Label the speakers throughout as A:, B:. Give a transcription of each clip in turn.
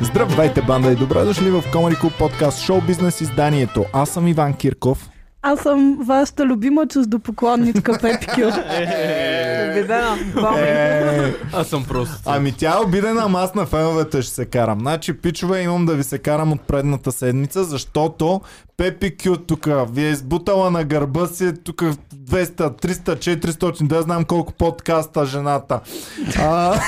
A: Здравейте, банда и добре дошли в Comedy Club подкаст Шоу Бизнес изданието. Аз съм Иван Кирков.
B: Аз съм вашата любима чуждопоклонничка Пепи Кюр.
C: Обидена.
A: Е,
D: Аз съм просто.
A: ами тя е обидена, ама аз на феновете ще се карам. Значи, пичове, имам да ви се карам от предната седмица, защото Пепи Кю тук ви е избутала на гърба си тук 200, 300, 400, да знам колко подкаста жената. А,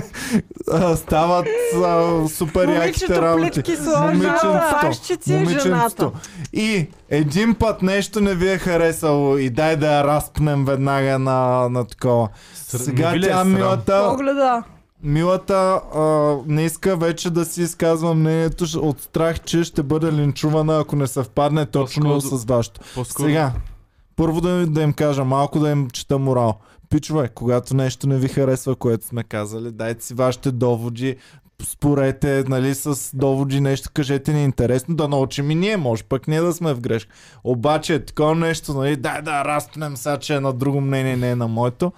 A: а, стават а, супер яките
C: Момичето
A: работи.
C: плитки сложа,
A: Момиченцето.
C: пащици е жената.
A: И един път нещо не ви е харесало и дай да я разпнем веднага на, на такова.
D: Ср-
A: Сега
D: не ви ли е
A: тя
D: срам?
A: милата,
B: Погледа.
A: милата а, не иска вече да си изказва мнението ж- от страх, че ще бъде линчувана, ако не съвпадне точно
D: По-скоро-
A: с вашето.
D: По-скоро.
A: Сега, първо да, да им кажа, малко да им чета морал. Пичове, когато нещо не ви харесва, което сме казали, дайте си вашите доводи, спорете, нали, с доводи нещо, кажете ни интересно, да научим и ние, може пък ние да сме в грешка. Обаче, такова нещо, нали, дай да разпнем сега, че е на друго мнение, не е на моето,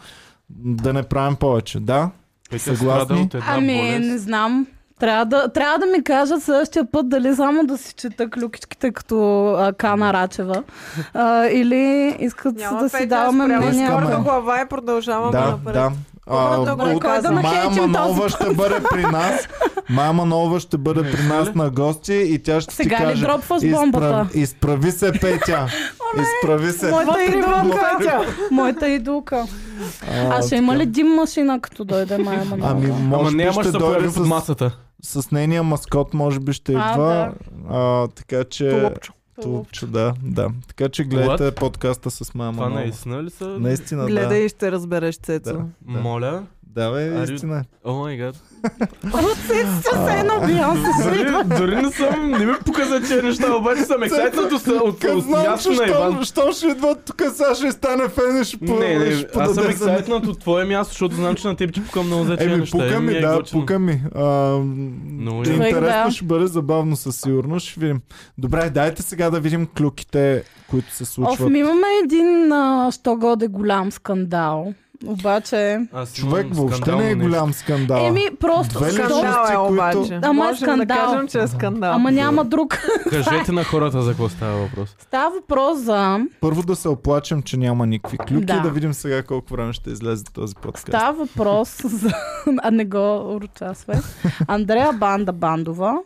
A: да не правим повече, да?
D: Петя
A: Съгласни?
D: страда от една
B: Ами,
D: болест.
B: не знам. Трябва да, трябва да ми кажат следващия път дали само да си чета клюкичките като а, Кана Рачева. А, или искат
C: Няма
B: да
C: Петя,
B: си даваме
C: спрямо
A: Не
B: мнение.
A: искам.
C: Горда
A: Ама-
C: глава и продължаваме
A: Да,
C: напред.
A: да.
C: Добре, добре,
A: от-
C: кой да
A: Майя
B: нахейтим е този
A: Манова ще бъде при нас. Майя Манова ще бъде при нас
D: Нали?
A: на гости и тя ще
B: Сега
A: ти
B: ли
A: каже...
B: дропваш
A: «Изпра-
B: бомбата?»
A: Изправи се, Петя. Изправи се.
C: Моята
B: Вътре
C: идва
B: идва
C: Катя.
B: Моята идулка. А ще има ли дим машина, като дойде Майя Манова?
A: Ами,
D: Ама
A: може би
D: нямаш
A: ще
D: да
A: дойде
D: появи под
A: с,
D: масата.
A: с нейния маскот, може би ще
B: А,
A: идва. А, така че...
C: Тулупчо.
A: Тулупче, да, да. Така че гледайте подкаста с Майя
D: Това е
A: Манова.
D: наистина ли са?
A: Наистина,
C: Гледай
A: да.
C: и ще разбереш,
A: Да,
C: Цецо.
A: да.
D: Моля.
A: Да, бе,
D: Ари-
A: истина.
D: О май гад.
B: Ръциците се едно Бейонсе
D: Дори,
B: свитва.
D: дори не съм, не ми показа че неща, обаче съм ексайтът от, от,
A: Къс
D: от
A: знам,
D: място
A: че
D: на Иван.
A: щом, щом ще идват тук, сега ще стане фен и ще по-
D: Не, не,
A: ще
D: аз съм
A: подаде за-
D: ексайтнат от твое място, защото знам, че на теб ти пукам много за тия
A: Еми,
D: неща.
A: пука ми,
D: е
A: да,
D: готино.
A: пука ми. А, м,
D: яко.
A: интересно
B: Да.
A: ще бъде, забавно със сигурност. Ще видим. Добре, дайте сега да видим клюките, които се
B: Оф,
A: случват.
B: ми имаме един а, що годе голям скандал. Обаче...
D: Аз имам нали?
A: Човек въобще
D: скандално
A: не е
D: нещо.
A: голям скандал.
B: Еми, просто...
A: Две ли
B: Що-
A: личности,
C: Скандал е
A: които-
C: обаче.
B: Ама е
C: Можем да
B: скандал.
C: кажем, че е скандал.
B: Ама няма друг.
D: Кажете на хората за какво става въпрос.
B: Става въпрос за...
A: Първо да се оплачем, че няма никакви клюки. Да.
B: Да.
A: да видим сега колко време ще излезе този подкаст.
B: Става въпрос за... А не го урочасвай. Андрея Банда Бандова,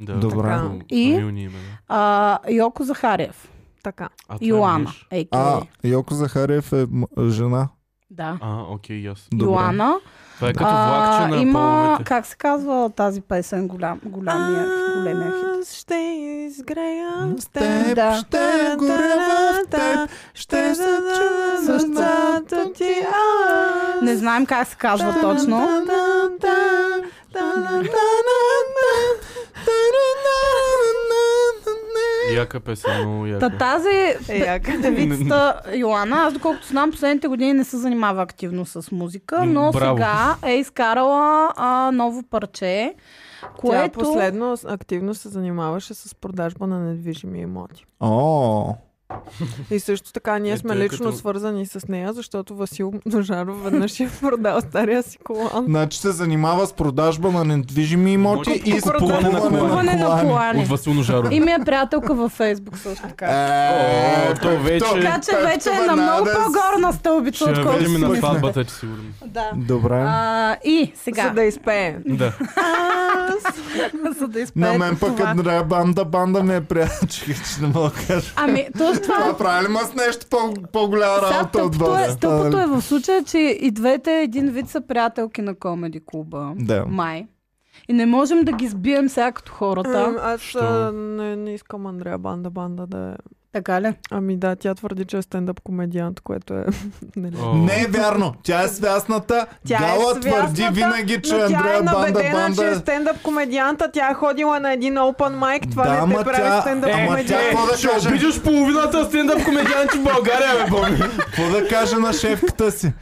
D: Да.
A: Добре.
C: Така.
D: Фамилни
B: И?
D: имена.
B: а, Йоко Захариев,
C: Така.
D: А, това е
B: Йоана,
D: мъж.
B: а.к.а.
A: А, Йоко Захариев е м- жена.
B: Да.
D: А, окей, ясно.
A: Добре.
B: Йоана.
D: Това е като влакче
B: А,
D: на
B: има,
D: половете.
B: как се казва тази песен, голям, голямия, големия хит.
C: Аз ще изгрея с
A: Теб
C: теб.
B: да.
A: ще горя в теб, ще
C: Ще
A: се чуя за
C: сърцата ти аз.
B: Не знаем как се казва точно.
D: Яка песен, много яка.
B: Та тази
C: Е, яка.
B: певицата Йоана, аз доколкото знам, последните години не се занимава активно с музика, но
D: Браво.
B: сега е изкарала а, ново парче, е
C: Тя
B: което...
C: последно активно се занимаваше с продажба на недвижими имоти.
A: О,
C: И също така ние
D: Ето
C: сме
D: е
C: лично
D: като-
C: свързани с нея, защото Васил Ножаров веднъж е продал стария си колан.
A: значи се занимава с продажба на недвижими имоти
D: Имоти.
A: и с купуване на
D: Купуване
B: Купуване на
A: колани.
B: колани.
D: От Васил Ножаров.
B: И ми е приятелка във Фейсбук също така.
A: Е,
D: О, то вече-
B: Така че вече е на много по-горна стълбица,
D: Ще я
B: отколкото си
D: видим на
B: мисля.
D: сватбата, че сигурно.
B: Да.
A: Добре.
B: А, и
C: За
B: сега,
C: да изпее.
D: Да.
B: за да изпеят
A: На мен пък
B: това.
A: Андрея Банда Банда ми е приятел, че че не мога да кажа.
B: Ами, точно това е
A: Това прави ли ма с нещо по- по-голяма
B: Сега
A: работа от
B: тъпото е,
A: вас?
B: тъпото е в случая, че и двете един вид са приятелки на комеди клуба.
A: Да.
B: Май. И не можем да ги сбием сега като
C: М,
B: хората.
C: Аз
D: Що?
C: а, не, не искам Андрея Банда Банда да е.
B: Така ли?
C: Ами да, тя твърди, че е стендъп комедиант, което е... нали.
D: О,
A: Не е вярно. Тя е свясната.
C: Тя е
A: Гала
C: свясната,
A: твърди винаги, че
C: но тя е
A: Андрея Банда
C: набедена, че е
A: Банда
C: стендъп комедианта, тя е ходила на един open mic, това
A: Да,
C: не
A: ама
C: те прави
A: тя-
C: стендъп
A: ама
C: комедиант.
A: тя какво да
D: Е, ще
A: кажа?
D: обидиш половината стендъп комедианти в България, бе, Боми.
A: Какво да кажа на шефката си?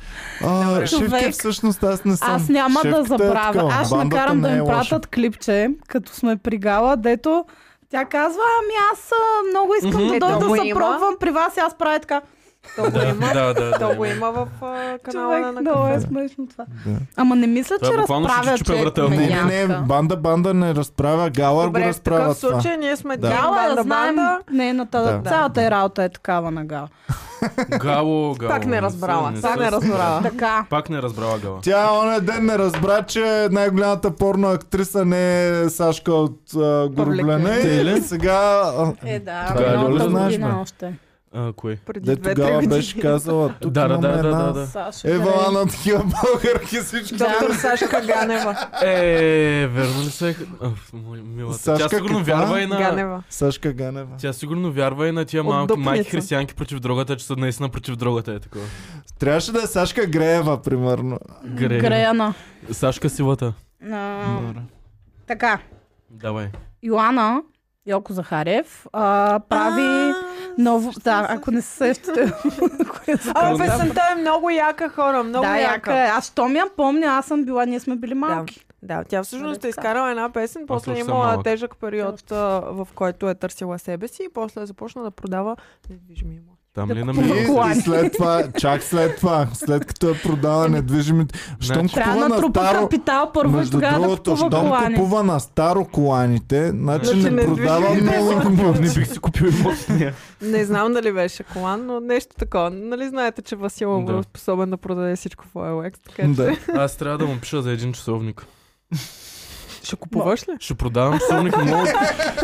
A: А, шефка
B: Човек,
A: всъщност аз не съм.
B: Аз няма
A: Шефката
B: да
A: е
B: забравя.
A: такова.
B: Аз ще
A: Бандата
B: накарам да
A: не е
B: им
A: лоша.
B: пратят клипче, като сме при Гала, дето тя казва, ами аз а, много искам
D: Мгм.
B: да
C: Е,
B: дойда
C: много
B: да се
C: има.
B: пробвам при вас и аз правя така.
C: То го
E: Да,
C: има.
E: да, да.
C: То
E: да,
C: го
E: има.
C: има в а, канала
B: Човек,
C: на
B: много е
C: кафе.
B: смешно това.
A: Да.
B: Ама не мисля,
D: Това е
B: че
D: буквално ще ти
B: разправя
D: чупя
B: човек
D: врата.
A: Ами, Не, не, не,
B: медянка.
A: банда, банда не разправя, Галар го
C: Добре, в
A: разправя
C: такъв
A: това.
C: случай ние сме
A: Да.
C: да.
B: Гала я
C: банда,
B: знаем
C: банда.
B: нейната,
A: Да.
B: цялата е работа е такава на Гала.
E: Гало, гало.
C: Пак не разбрала.
E: се-
C: Пак
E: се-
C: не разбрала.
B: Така.
E: Пак не разбрала гала.
A: Тя оня ден не разбра, че най-голямата порно актриса не е Сашка от а,
E: Те
A: Горблене.
E: ли?
A: Сега... а,
B: Е, да,
E: Това е
B: миналата
E: Лоля,
A: знаеш,
B: година
A: бе.
B: още.
E: А, кой?
C: Преди
A: Де
C: две-три
A: тогава
C: години.
A: беше казала, тук
E: Да, да,
A: имаме
E: да, да,
A: една...
E: да, да.
B: Сашо,
A: Ева
B: Герей.
A: на такива българки всички.
C: Доктор Сашка Ганева.
E: Е, верно ли се? А, моля, Милата.
A: Сашка,
E: Тя сигурно
A: каква?
E: вярва и на...
C: Ганева.
A: Сашка Ганева.
E: Тя сигурно вярва и на тия
C: От
E: малки майки
C: дупница.
E: християнки против дрогата, че са наистина против дрогата е такова.
A: Трябваше да е Сашка Греева, примерно.
E: Гре.
B: Греяна.
E: Сашка силата.
B: А, Така.
E: Давай.
B: Йоана Йоко Захарев а, прави ново... Да, ако не се сещате. кое е за
C: А,
E: Да.
C: песента е много яка хора, много
B: да, яка
C: яка.
B: е. Аз то ми я помня, аз съм била, ние сме били
C: Да,
B: малки.
C: да, тя всъщност
B: Нали
C: е
B: така?
C: изкарала една песен, после е
E: също съм
C: имала
E: малък.
C: тежък период, а, в който е търсила себе си и после е започна да продава недвижими имоти.
E: Там
B: Да
E: ли е
A: И,
B: купува
E: намерил?
A: и
B: колани.
A: след това, чак след това, след като е продала недвижимите, щом
E: Значи-
B: Трябва да
A: купува на
B: натрупа
A: старо,
B: капитал първо и
A: Между
B: тогава да
A: другото,
B: купува
A: щом
B: колани.
A: купува на старо коланите, значи
E: Значи
A: не
C: не
A: продава
C: движи.
A: много.
E: Ами, Не бих си купил имот с нея.
C: Не знам дали беше колан, но нещо такова. Нали знаете, че Василов
E: Да.
C: е способен да продаде всичко в OLX, така че...
A: Да.
E: Аз трябва да му пиша за един часовник.
C: Ще купуваш ли?
E: Ще продавам часовник много.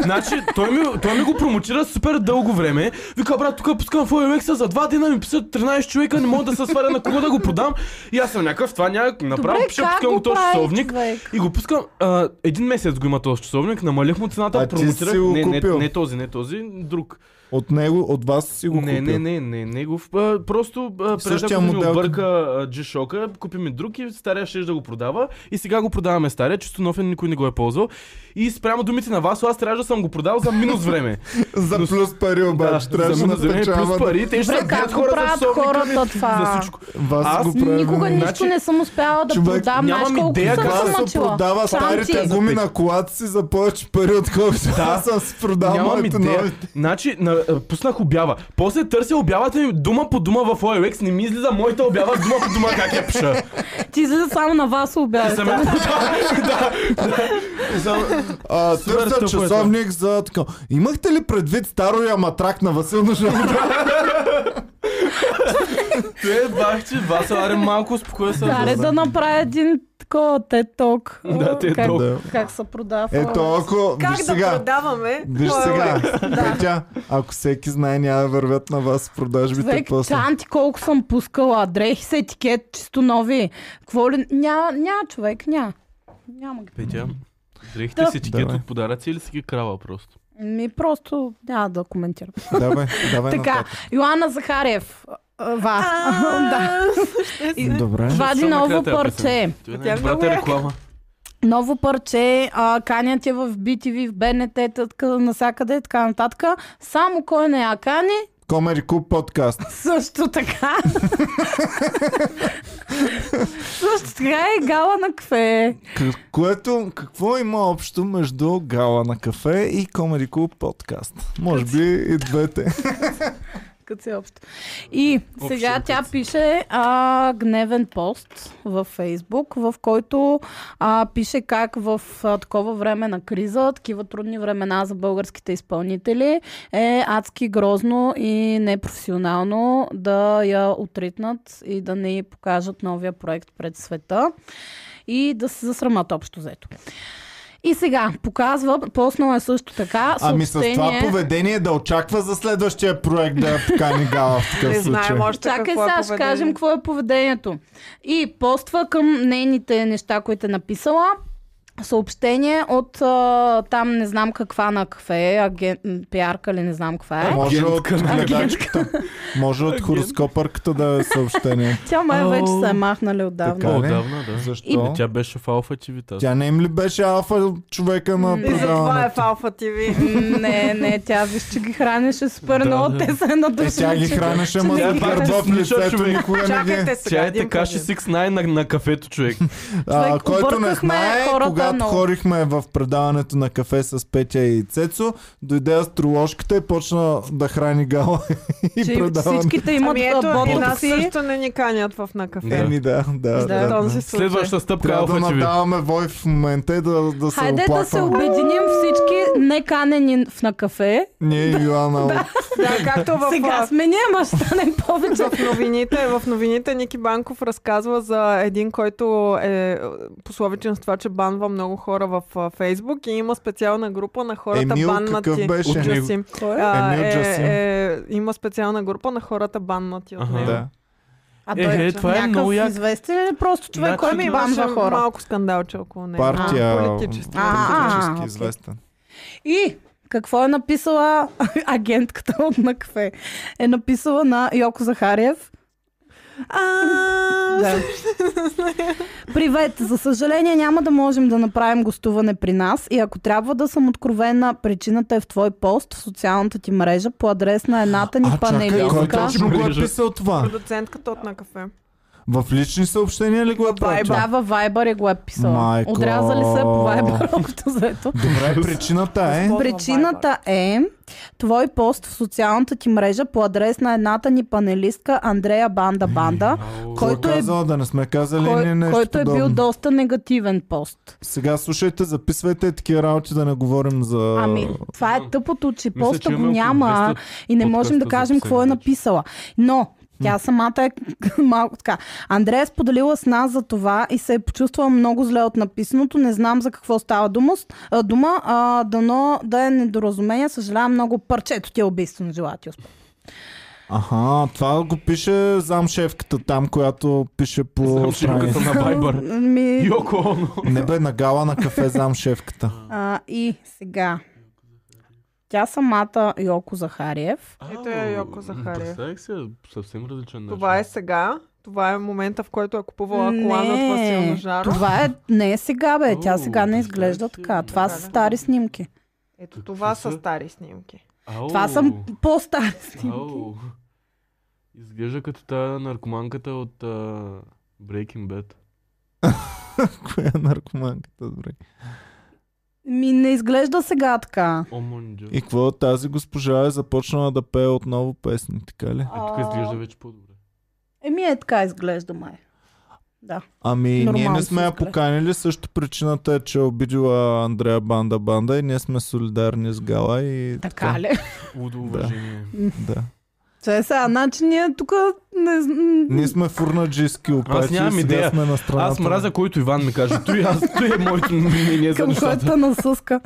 E: Значи, той ми, той ми го промотира супер дълго време. Вика, брат, тук пускам в OMX, за два дена ми писат 13 човека, не мога да се сваря на кого да го продам. И аз съм някакъв, това няма направо,
B: Добре,
E: пиша,
B: как
E: пускам
B: го
E: го този
B: прави
E: часовник.
B: човек?
E: И го пускам. А, един месец го има този часовник, намалих му цената,
A: А ти си
E: промотирах.
A: го
E: не, не,
A: купил?
E: не, този, не този, друг.
A: От него, от вас си го
E: не,
A: купил.
E: не, не, не, негов. А, просто а,
A: Същия
E: предък ми
A: модел.
E: обърка а, G-Shock, купи ми друг и стария ще да го продава. И сега го продаваме стария, чисто нов е, никой не го е ползвал. И спрямо думите на вас, аз трябва да съм го продал за минус време.
A: За
E: Но-
A: плюс пари обаче, трябваше да
E: за минус време, плюс
A: спечава.
E: пари, те ще
B: Добре, как
E: събират
B: го
E: хора
B: правят
E: за
B: хората
E: за
B: това?
E: всичко.
A: Вас
E: Аз
A: го правим.
B: Никога нищо
E: Значи-
B: не съм успяла да
A: Човек,
B: продам.
E: нямам
B: Знаеш колко
E: идея
B: съм
E: какво
B: се
A: Това се
B: мъчила.
A: продава старите
B: Чанти.
A: гуми на колата си за повече пари, отколкото аз съм си продал
E: Нямам
A: моите
E: идея.
A: нови.
E: Значи, на, а, пуснах обява. После търся обявата ми дума по дума в OLX. Не ми излиза моята обява дума по дума как я пиша. Ами,
B: Ти излиза само на вас обяд.
E: За мен. Да, да. За-
A: А,
E: Супер
A: Търся
E: тъпо е
A: часовник за така. Имахте ли предвид стария матрак на Васил Ножаров?
E: Те бах, че вас аре малко успокоя се.
B: Аре да направя един такова теток.
E: Да, TED Talk.
A: Да.
B: Как се продава. в
A: Ето, ако...
C: Как
A: Виж
C: да
A: сега.
C: продаваме?
A: Виж
C: Това е
A: сега,
C: OLX.
A: Петя, ако всеки знае, няма да вървят на вас продажбите
B: Човек,
A: после.
B: чанти колко съм пускала, дрехи с етикет, чисто нови. Какво ли? Няма, няма човек, няма. Няма ги.
E: Петя, дрехте
B: Да.
E: си етикет
A: Давай.
E: от подаръци или си ги крава просто?
B: Ми просто няма да коментирам.
A: Давай, давай
B: Така,
A: нататък.
B: Йоанна Захарев. а, а, Ва. Да.
A: Добре.
B: Вади
E: Защо
B: ново
E: накрая тя
B: парче.
E: Той е
C: Тя е
E: най-добрата
C: много
E: реклама.
B: Ново парче. а, Канят е в BTV, в БНТ, така, насякъде и така нататък. Само кой не я кани,
A: Комери Клуб подкаст.
B: също така. също така е гала на кафе.
A: К- което, какво има общо между Гала на кафе и Комери Клуб подкаст? Може би и двете.
B: Като си
A: Е,
B: общо. И
E: Общо
B: сега
E: е
B: тя
E: като си.
B: пише а, гневен пост във Фейсбук, в който а, пише как в а, такова време на криза, такива трудни времена за българските изпълнители е адски грозно и непрофесионално да я отритнат и да не й покажат новия проект пред света и да се засрамат общо взето. И сега показва, поснала е също така
A: Ами с
B: съобщение...
A: това поведение да очаква за следващия проект да я покани Гала в такъв
C: Не
A: случай.
C: знаем още
B: Чакай
C: какво е
B: сега, ще
C: поведение.
B: кажем какво е поведението. И поства към нейните неща, които е написала. Съобщение от а, там не знам каква на кафе, аген, м, пиарка или не знам каква е.
A: Може от
E: Агентка на
A: гледачката. Може от
E: Агент.
A: хороскопърката да е съобщение.
B: Тя май
E: Ау.
B: вече се е махнали отдавна.
A: Така.
E: О,
A: ли?
E: давна, да.
A: Защо?
E: Е, Тя беше в Алфа TV тази.
A: Тя не им ли беше алфа човека на
B: И
C: И затова е
A: предаването?
C: в Алфа ТВ.
B: Не, не, тя виж, че ги хранеше супер
E: Да,
B: много,
E: да.
B: те се
A: Е,
B: надушили.
A: тя ги
B: че-
A: хранеше,
B: че
A: ма
B: не
A: с
E: ги хранеше.
A: гърба в лицето
E: Човек.
A: никога не ги...
C: Чакайте сега.
E: Тя е
C: един
E: така,
C: проблем.
E: ще 6 най на, на кафето човек.
A: А,
B: Човек,
A: който не
B: объркахме
A: знае,
B: хората много.
A: когато хорихме в предаването на кафе с Петя и Цецо, дойде астроложката и почна да храни гала и
B: че
A: предаването.
B: всичките имат
C: ами ето,
B: а,
C: и
B: ботокси.
C: нас също не ни канят в на кафе.
A: Еми да, да,
C: Да,
A: да.
C: то не се случи.
E: Следваща стъпка
A: Трябва да
E: алфа ви.
A: надаваме вой в момента и да, да се
B: Хайде да се
A: оплакваме.
B: обединим всички неканени в на кафе.
A: Ние и Йоанна от
C: Да, както в,
B: Сега сме ние, ама ще станем повече.
C: в новините, в новините Ники Банков разказва за един, който е пословичен с това, че банва много хора в а, Фейсбук и има специална група на хората
A: Емил, какъв
C: баннати.
A: беше?
C: от Джасим. А,
A: Емил
C: е,
A: Джасим.
C: е, има специална група на хората баннати от
E: Аха.
C: него.
A: Да.
B: А
E: Е, е, това е много як.
B: известен ли е просто човек,
E: Значи,
B: който
E: ми
B: ми
C: Имаше
B: банва хора?
C: малко скандалче около него.
A: партия.
C: политически.
B: А,
A: политически
B: окей.
A: известен.
B: И какво е написала агентката от на кафе? Е написала на Йоко Захариев.
C: А,
B: Да. Привет! За съжаление няма да можем да направим гостуване при нас и ако трябва да съм откровена, причината е в твой пост в социалната ти мрежа по адрес на едната ни
A: А, чакай, кой
B: панелистка.
A: точно го е
E: Мрежа.
A: писал това?
C: Продуцентката от на кафе.
A: В лични съобщения ли го е прочел?
B: Да, във Viber е го е писала.
A: Майко.
B: Отрязали се по Viber, общо заето.
A: Добре, причината е...
C: Господ-
B: Причината е твой пост в социалната ти мрежа по адрес на едната ни панелистка Андрея Банда Банда, който е,
A: казал, да нали не сме казали ние
B: кой,
A: нещо
B: който е бил
A: подобно.
B: доста негативен пост.
A: Сега слушайте, записвайте такива работи, да не говорим за...
B: Ами, това е тъпото, че
E: Мисля,
B: поста го
E: че имаме около
B: няма
E: 200
B: и не можем да
E: подкаста
B: кажем какво е
E: записани вече.
B: написала. Но тя самата е малко така. Андрея е споделила с нас за това и се е почувствала много зле от написаното. Не знам за какво става дума. а, дума а, дано да е недоразумение. Съжалявам много. Парчето ти е убийствено. Желая ти успех.
A: Аха, това го пише замшефката там, която пише по
E: Замшивката
A: страница.
E: на Viber.
B: Ми,
E: Йоко Оно.
A: Не бе, на гала на кафе замшефката.
B: а, и сега. Тя самата Йоко Захариев.
C: Ето я Йоко Захариев.
E: Представих се съвсем различен начин.
C: Това е сега. Това е момента, в който е купувала
B: Не,
C: кола на това силно жаро.
B: Това е, не е сега, бе. Тя
E: О,
B: сега не
E: представи
B: изглежда
E: си.
B: така. Това са
C: да.
B: стари снимки.
C: Ето това са
E: са?
C: стари снимки.
E: Ау.
B: Това са по-стари снимки.
E: Ау. Изглежда като тая наркоманката от а, Breaking Bad.
A: Коя е наркоманката, добре.
B: Ми не изглежда сега така.
E: О, мънджа.
A: И
E: Е,
A: какво тази госпожа е започнала да пее отново песни, така ли?
E: тук изглежда вече по-добре.
B: Еми е така изглежда май. Да.
A: Ами, ние
B: Нормално
A: не
B: се
A: сме я
B: изглежда.
A: поканили, също причината е, че е обидила Андрея Банда Банда и ние сме солидарни с Гала и...
B: Така ли?
E: Лудо уважение.
A: Да.
B: Че сега, значи ние тук не... зн-
A: Ние сме фурнаджийски опачи,
E: нямам
A: сега
E: идея.
A: сме на страната.
E: Аз мразя, който Иван ми каже. Той, аз, той е моето мнение за
B: Към
E: нещата.
B: който насъска.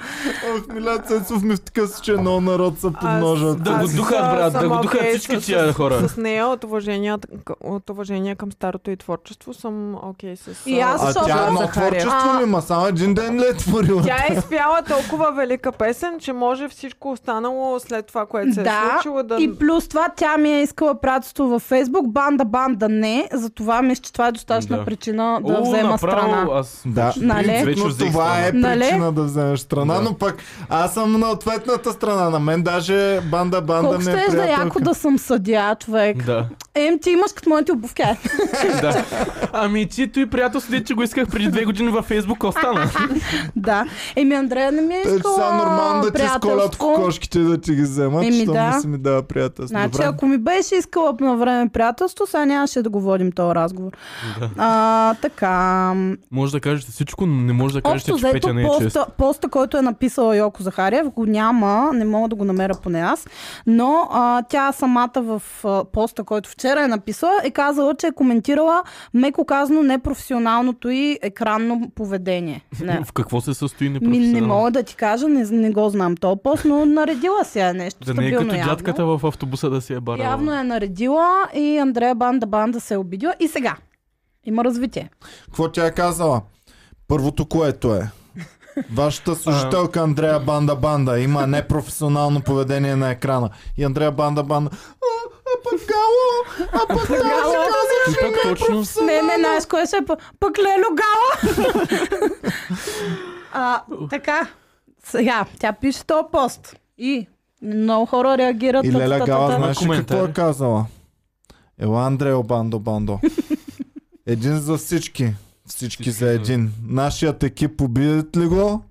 A: Ох, Миля Ами, Цецов ми втика се, че много народ се
C: Аз-
A: подмножат.
E: Да го
C: аз
E: духат,
C: съм-
E: брат, да
C: съм
E: го духат
C: окей
E: всички
C: с-
E: тия
C: с-
E: хора.
C: С нея от уважение, от уважение към старото и творчество съм окей с...
B: И аз,
C: а,
A: А
B: защото-
A: тя едно
C: Захариев.
A: творчество
B: А-
A: ли има? Само един ден ли е творила?
C: Тя е изпяла толкова велика песен, че може всичко останало след това, което се е
B: Да,
C: случило да...
B: И плюс това тя ми е искала пратство във Фейсбук, банда, банда не, затова мисля, че това е достатъчна
E: Да.
B: причина да взема страна.
E: Аз
A: Да,
B: Нали?
A: принципно
E: Вече
A: това е
E: взех
B: страна.
A: причина
B: Нали?
A: да вземеш страна,
E: Да.
A: но пък аз съм на ответната страна. На мен даже банда банда
B: Колко
A: ми
B: ще
A: е
B: е да яко
A: приятелка.
B: да съм съдия,
A: е-
B: човек.
E: Да,
B: Ем, ти имаш като моите обувки. Е, Ай,
E: да. Ами ти, той приятел следи, че го исках преди две години във Фейсбук, остана.
B: да. Еми, Андрея не ми е
A: Те, че
B: искала
A: сега нормално да ти
B: приятелство.
A: сколят кокошките и да ти ги вземат,
B: Еми,
A: щом
B: да.
A: не си ми дава приятелство.
B: Значи,
A: Добре.
B: ако ми беше искала на време приятелство, сега нямаше да го водим този разговор. А, така.
E: Може да кажете всичко, но не може да кажете,
B: Общо
E: че
B: взето,
E: Петя не е чест.
B: поста, поста, който е написала Йоко Захариев, го няма, не мога да го намеря поне аз, но а, тя самата в а, поста, който вчера е написала, е казала, че е коментирала, меко казано, непрофесионалното и екранно поведение. Не.
E: В какво се състои
B: Ми, не
E: непрофесионално?
B: мога да ти кажа, не, не го знам този пост, но наредила си е нещо.
E: Да не е
B: стабилно
E: като
B: явно.
E: дядката в автобуса да си е барала.
B: Явно е наредила и Андрея Банда Банда се е обидила. И сега. Има развитие.
A: Какво тя е казала? Първото, което е. Вашата служителка Андрея Банда Банда има непрофесионално поведение на екрана. И Андрея Банда Банда. А, а пък Гало! А пък Гало!
E: Ти пак точно...
B: Не, не, знаеш кое ще е пъ- пък Лело Гала. а, така, сега, тя пише този пост. И много хора реагират.
A: И Леля
B: та-та-та-та.
A: Гала, знаеш ли
E: Коментар.
A: какво е казала? Ела Андрео Бандо Бандо. Един за всички. Всички за един. Нашият екип победят ли го?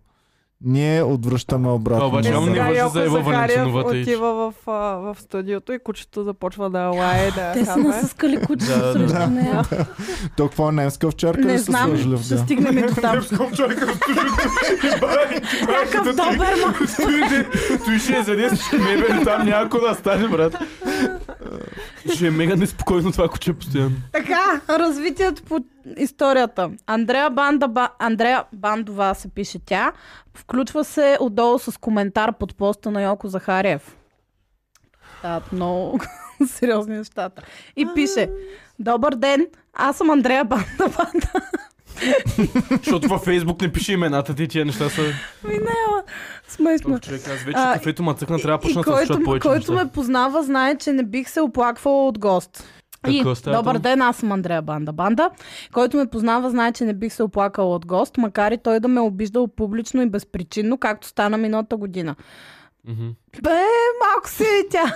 A: Ние отвръщаме обратно.
E: Обаче,
A: назад.
E: ама не
C: Е, Сега
E: въжи
C: Йоко
E: за Ева
C: Захариев
E: Валентинова, тъй, че.
C: отива в, а, в студиото и кучето започва да лае, да
B: Те са
C: хапе.
B: насъскали
E: Да,
B: кучета
E: да.
B: срещу нея.
A: То какво е немска овчарка
B: Не
A: ли са
B: знам,
A: сложили в
B: ще
A: да?
B: стигнем и до там. Някакъв добър мъж.
E: Той ще е задес, ще мебели там някой да стане, брат. Ще е мега неспокойно това куче постоянно.
B: Така, развитието по историята. Андрея, Бандаба, Андрея Бандова се пише тя. Включва се отдолу с коментар под поста на Йоко Захариев. Да, много сериозни нещата. И пише, добър ден, аз съм Андрея Бандова.
E: Защото във Фейсбук не пише имената ти, тия неща са...
B: Минела. Смешно.
E: Ох, човек, аз вече
B: А,
E: кафето ма цъкна, трябва да
B: И
E: почна да
B: който,
E: се слушат
B: ме-
E: повече
B: който
E: неща.
B: ме познава, знае, че не бих се оплаквала от гост. И,
E: Какво става
B: добър
E: там?
B: ден, аз съм Андрея Банда Банда. Който ме познава, знае, че не бих се оплакала от гост, макар и той да ме е обиждал публично и безпричинно, както стана миналата година.
E: Мгм.
B: Бе, малко си и тя.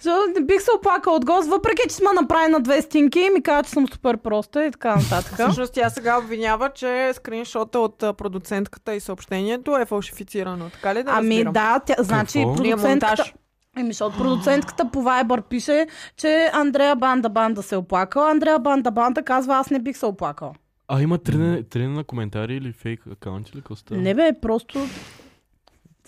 B: Защото не бих се оплакала от гост, въпреки че сме направи на две стинки и ми каза, че съм супер проста и така нататък.
C: Всъщност тя сега обвинява, че скриншота от а, продуцентката и съобщението е фалшифицирано. Така ли да
B: Ами
C: разбирам?
B: да, тя, значи
E: Какво?
C: Или е
B: продуцентката,
C: монтаж.
B: Еми, защото продуцентката по Viber пише, че Андрея Банда Банда се е оплакала. Андрея Банда Банда казва, аз не бих се оплакала.
E: А има тренер, тренер на коментари или фейк акаунт или какво става?
B: Не бе, просто...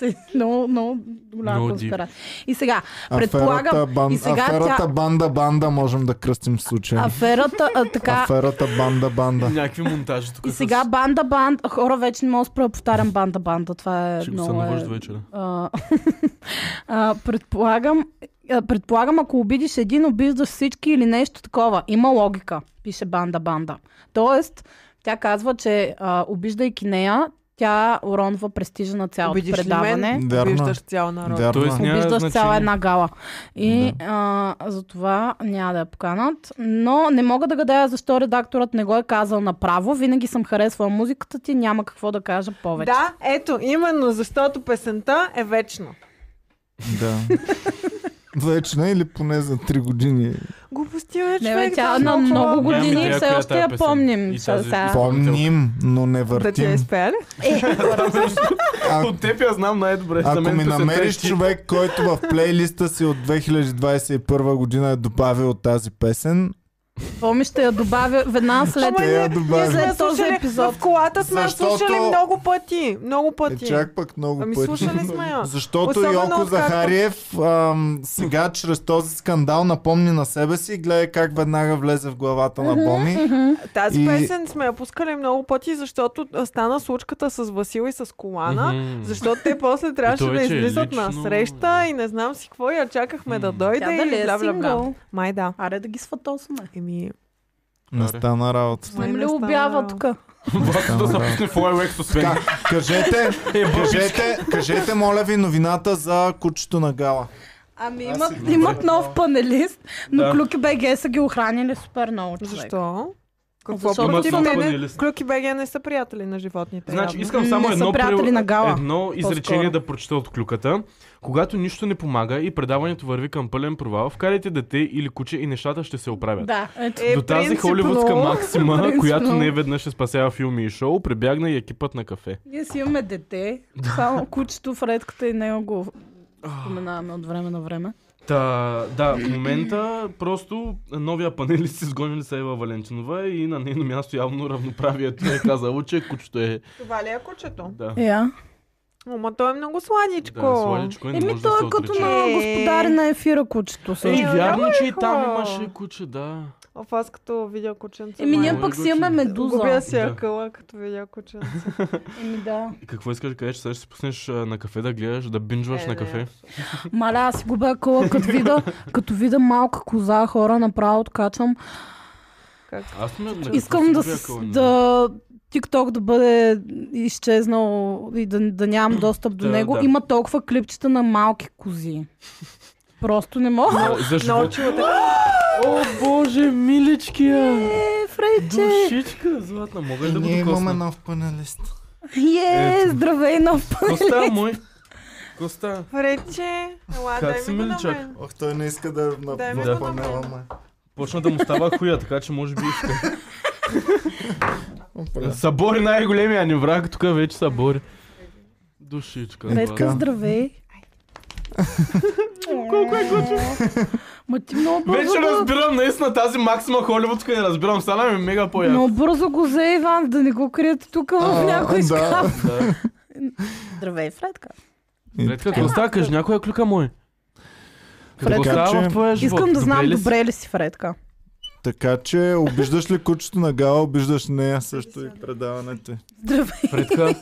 B: Те, Много, много голяма
E: Много
B: конспирация. И сега,
A: Аферата,
B: предполагам...
A: бан...
B: и сега
A: Аферата
B: тя-
A: банда банда можем да кръстим в случая.
B: Аферата, а, така,
A: Аферата банда банда.
E: Някакви монтажи тук.
B: и сега банда банда, хора вече не мога да спра да повтарям банда банда, това е
E: Ще го се
B: много
E: навържда
B: е...
E: вечера.
B: А, а, предполагам, а, предполагам, ако обидиш един, обиждаш всички или нещо такова. Има логика, пише Банда Банда. Тоест, тя казва, че а, обиждайки нея, тя уронва престижа на цялото
C: Обидиш ли мен?
B: предаване.
A: Вярно е.
C: Виждаш цял народ.
A: Вярно
E: Тоест,
A: е.
E: Няма
B: Обиждаш
E: значение.
B: цяла една гала. И а, за това няма да я поканат. Но не мога да гадая защо редакторът не го е казал направо. Винаги съм харесвала музиката ти, няма какво да кажа повече.
C: Да, ето, именно защото песента е вечна.
A: Да. Вечна или поне за 3 години.
C: Глупости е
B: Не,
C: човек.
B: бе, тя
C: да,
B: на
C: толкова-
B: много
E: Ами,
B: години
E: тя,
B: все
E: коя е
B: още
E: тая
B: я
E: песен?
B: помним.
E: И тази-
B: Сега.
A: Помним, но не
C: Да ти я
B: е-
A: въртим.
C: изпея ли?
A: А-
E: От теб я знам най-добре.
A: Ако ми намериш човек, който в плейлиста си от 2021 година е добавил от тази песен,
B: Помниш, ще я добавя веднага след...
A: ще я
C: Ние сме
A: добавя.
C: я
B: след този
C: слушали
B: епизод.
C: в колата сме я
A: Защото-
C: слушали много пъти. Много
A: Е,
C: пъти.
A: чак пък много
C: Ами
A: пъти.
C: слушали сме я.
A: Защото
C: Особено
A: Йоко
C: откакто-
A: Захариев ам, сега чрез този скандал напомни на себе си и гледа как веднага влезе в главата на Боми.
C: Тази
A: И-
C: песен сме я пускали много пъти, защото а, стана случката с Васил и с Колана. Защото те после трябваше
E: той,
C: да
E: че е
C: излизат на
E: лично-
C: среща и не знам си какво, и я чакахме да
E: М.
C: дойде
B: Тя
C: и
B: дали е
C: бла, бла, бла.
B: сингъл?
C: Май да.
B: Аре да ги сватосаме.
C: Еми,
A: Не
E: Добре.
A: стана работа.
B: Снимем ли
C: не става.
B: обява тук?
E: Васко да
A: Да.
E: запусне Fireworks освен.
A: Така, кажете,
E: Е,
A: кажете, кажете, моля ви, новината за кучето на Гала.
B: Ами
A: Аз
B: имат,
A: идвам.
B: имат нов панелист, но
E: Да.
B: Клюки БГ са ги охранили супер много човек.
C: защо? Какво
B: Защото
C: против
E: са-
C: мене?
E: панелист.
C: Клюк и БГ не са приятели на животните.
E: Значи,
C: явно.
E: искам
B: Не
E: само
B: са
E: едно,
B: приятели на гала,
E: едно изречение да прочета от клюката. Когато нищо не помага и предаването върви към пълен провал, вкарайте дете или куче и нещата ще се оправят.
B: Да, ето.
C: Е,
E: До тази
C: принципно-
E: холивудска максима,
B: принципно.
E: която не веднъж ще спасява филми и шоу, прибягна и екипът на кафе.
B: Ние си имаме дете, само кучето в редката и него го споменаваме от време на време.
E: Та, да, в момента просто новия панелист изгонили са Ева Валентинова и на нейно място явно равноправието е казало, че кучето е...
C: Това ли е кучето?
E: Да,
B: Я.
C: Ама той е много
E: да,
C: сладичко.
E: сладичко е, не
B: Еми
E: може да
B: той
E: се
B: е като
E: отрече.
B: на господари на ефира кучето. също.
E: Ей,
C: Е,
E: вярно, че и там
C: хубаво.
E: имаше куче, да.
C: Оф, аз като видя кученце.
B: Еми
C: май-
B: ние пък си имаме
C: Губя
B: медуза.
C: си
E: Да.
C: акъла, като видя кученце.
B: Еми да.
E: И какво искаш да кажеш? Сега ще се пуснеш а, на кафе да гледаш, да бинджваш
C: Е,
E: на
C: не.
E: кафе.
B: Маля, аз си губя къла, като видя, като видя малка коза, хора, направо откачвам.
E: Аз сме на кафе
B: Искам
E: си
B: да,
E: бия
B: с-
E: кълна.
B: да TikTok да бъде изчезнал и да, да нямам достъп до
E: Да,
B: него.
E: да.
B: Има толкова клипчета на малки кози. Просто не мога.
E: Но за живота...
C: Научила те.
E: О, боже, миличкия!
B: Е, Фрейче!
E: Душичка, златна, мога ли да го
A: Ние имаме
E: докосна?
A: нов панелист.
B: Е,
E: Ето.
B: здравей, нов
E: Коста, мой! Коста!
C: Рече, ела,
E: Как
C: дай
E: си,
C: ми го на
E: миличък?
C: мен.
A: Ох, той не иска да е на
C: Дай
E: ми
A: да
C: го на мен.
A: панела, ме.
E: Почна да му става хуя, така че може би иска. Събори най-големия ни враг, тук вече събори. Душичка.
A: Е,
B: Петка,
A: така.
B: здравей. Колко е готино. Ма ти много бързо
E: Вече
B: го...
E: разбирам наистина тази максима холивудска не разбирам, стана ми мега по-ясно.
B: Много бързо го взе, Иван, да не го криете тук в
A: А,
B: някой
A: да.
B: шкаф.
E: Да.
B: Здравей, Фредка.
E: Фредка, какво става? Кажи някоя клюка мой. Какво
A: Фредка,
E: става
A: че-
E: в твоя живот?
B: Искам да знам
E: ли си?
B: добре ли си, Фредка.
A: Така че обиждаш ли кучето на Гала, обиждаш нея също и предаването. й.
B: Здравей.
E: Фредка,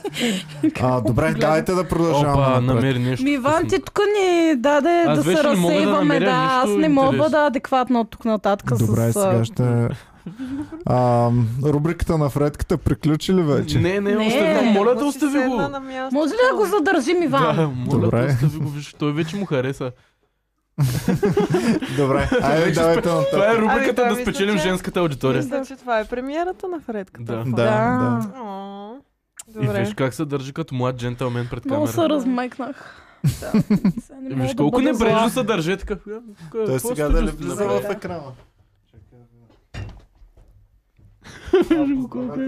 A: А, добре, дайте да продължаваме.
E: опа,
A: напред.
E: намери нещо.
B: Ми, Ами, Иван, ти тук ни даде
E: Аз
B: да се
E: вече не мога да
B: разсейваме.
E: намеря
B: да, аз
E: нищо
B: не мога
E: интересно.
B: да е адекватно от тук нататък
A: Добре,
B: с... а,
A: сега ще... А, рубриката на Фредката приключи ли вече?
E: Не, не,
B: Не.
E: остави го, моля да
C: Е, Си
E: остави
C: седна
E: го.
C: на място.
B: Може ли да го задържим, Иван?
E: Да, моля
A: Добре.
E: да остави го, виж, той вече му хареса.
A: Добре, айде давайте на
E: Това е рубриката
C: Ами,
E: да
C: да,
E: спечелим
C: мисля, че-
E: женската аудитория.
C: Мисля, че това е премиерата на Фредката.
E: Да.
A: Да, да.
C: О,
E: И
C: Добре.
E: виж как се държи като млад джентълмен пред
B: Много
E: камера.
B: се размекнах. Да. Сега не
E: И
B: мога
E: виж
B: да
E: колко
B: бъда
E: Ами, небрежно
B: зла.
E: се държи е така. «Е, какво
A: Той сега да
E: студио
A: не
E: сте
A: влиза
E: направили?»
A: в екрана.
C: е Поздрави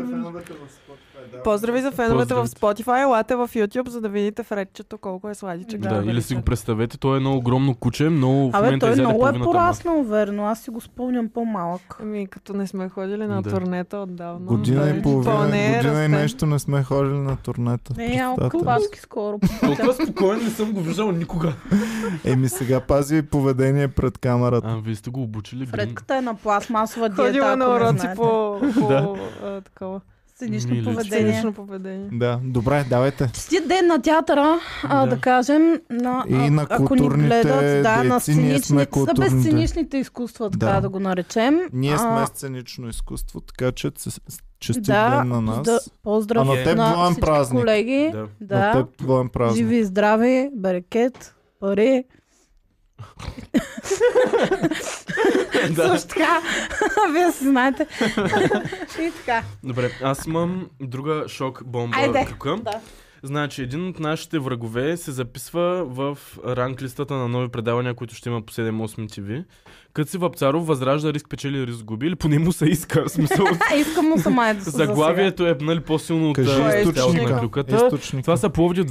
C: за феновете в
E: Поздравите.
C: Spotify, елате в YouTube, за да видите Фредчето колко е сладичък.
B: Да,
E: Да, или си го представете, той е едно огромно куче, много в
B: Абе,
E: момента
B: той
E: изяде
B: много е
E: половината масло.
B: пораснал, верно. Аз си го спомням по-малък.
C: Ами, като не сме ходили на
E: Да.
C: турнета отдавна.
A: Година
C: Да.
A: и половина,
C: То не е
A: година и
C: растен.
A: нещо не сме ходили на турнета.
B: Не, малко
A: Представете ли си?
B: пачки скоро.
E: Толкова спокоен не съм го виждал никога.
A: Еми сега пази поведение пред камерата.
E: А, вие сте го обучили. грим.
B: Фредката е на пластмасова диета,
C: Ходила
B: ако
C: на
B: не
C: уроци
B: знаете.
C: по, по а, такова
B: Сценично
E: Миличко.
B: поведение.
C: сценично поведение.
A: Да, добре, давайте.
B: Честит ден на театъра, а, да.
E: Да.
B: кажем, на,
A: И
B: а,
A: на
B: ако ни
A: културните
B: гледат, да, на
A: дейци, ние сме
B: сценичните, са без
A: културните.
B: сценичните изкуства, така да,
A: Да.
B: го наречем.
A: Ние
B: А,
A: сме сценично изкуство, така че ц- честит
B: да,
A: ден на нас.
B: Да, поздрав
A: А на теб
B: на
A: главен
B: всички
A: празник.
B: колеги.
E: Да.
A: На
B: Да,
A: теб е твоен празник.
B: живи и здрави, берекет, пари.
E: Да.
B: Също така, вие си знаете. и така.
E: Добре, аз имам друга шок бомба.
B: Айде.
E: Тука.
B: Да.
E: Значи, един от нашите врагове се записва в ранг листата на нови предавания, които ще има по 7-8 TV. Къци Вапцаров възражда риск печели риск губи, или поне му се иска. В смисъл,
B: А, искам му самайто за сега.
E: заглавието е нали, по-силно от
A: Кажи
E: а,
C: е
E: тялото на
A: източника.
E: клюката.
A: източника.
E: Това са Пловдив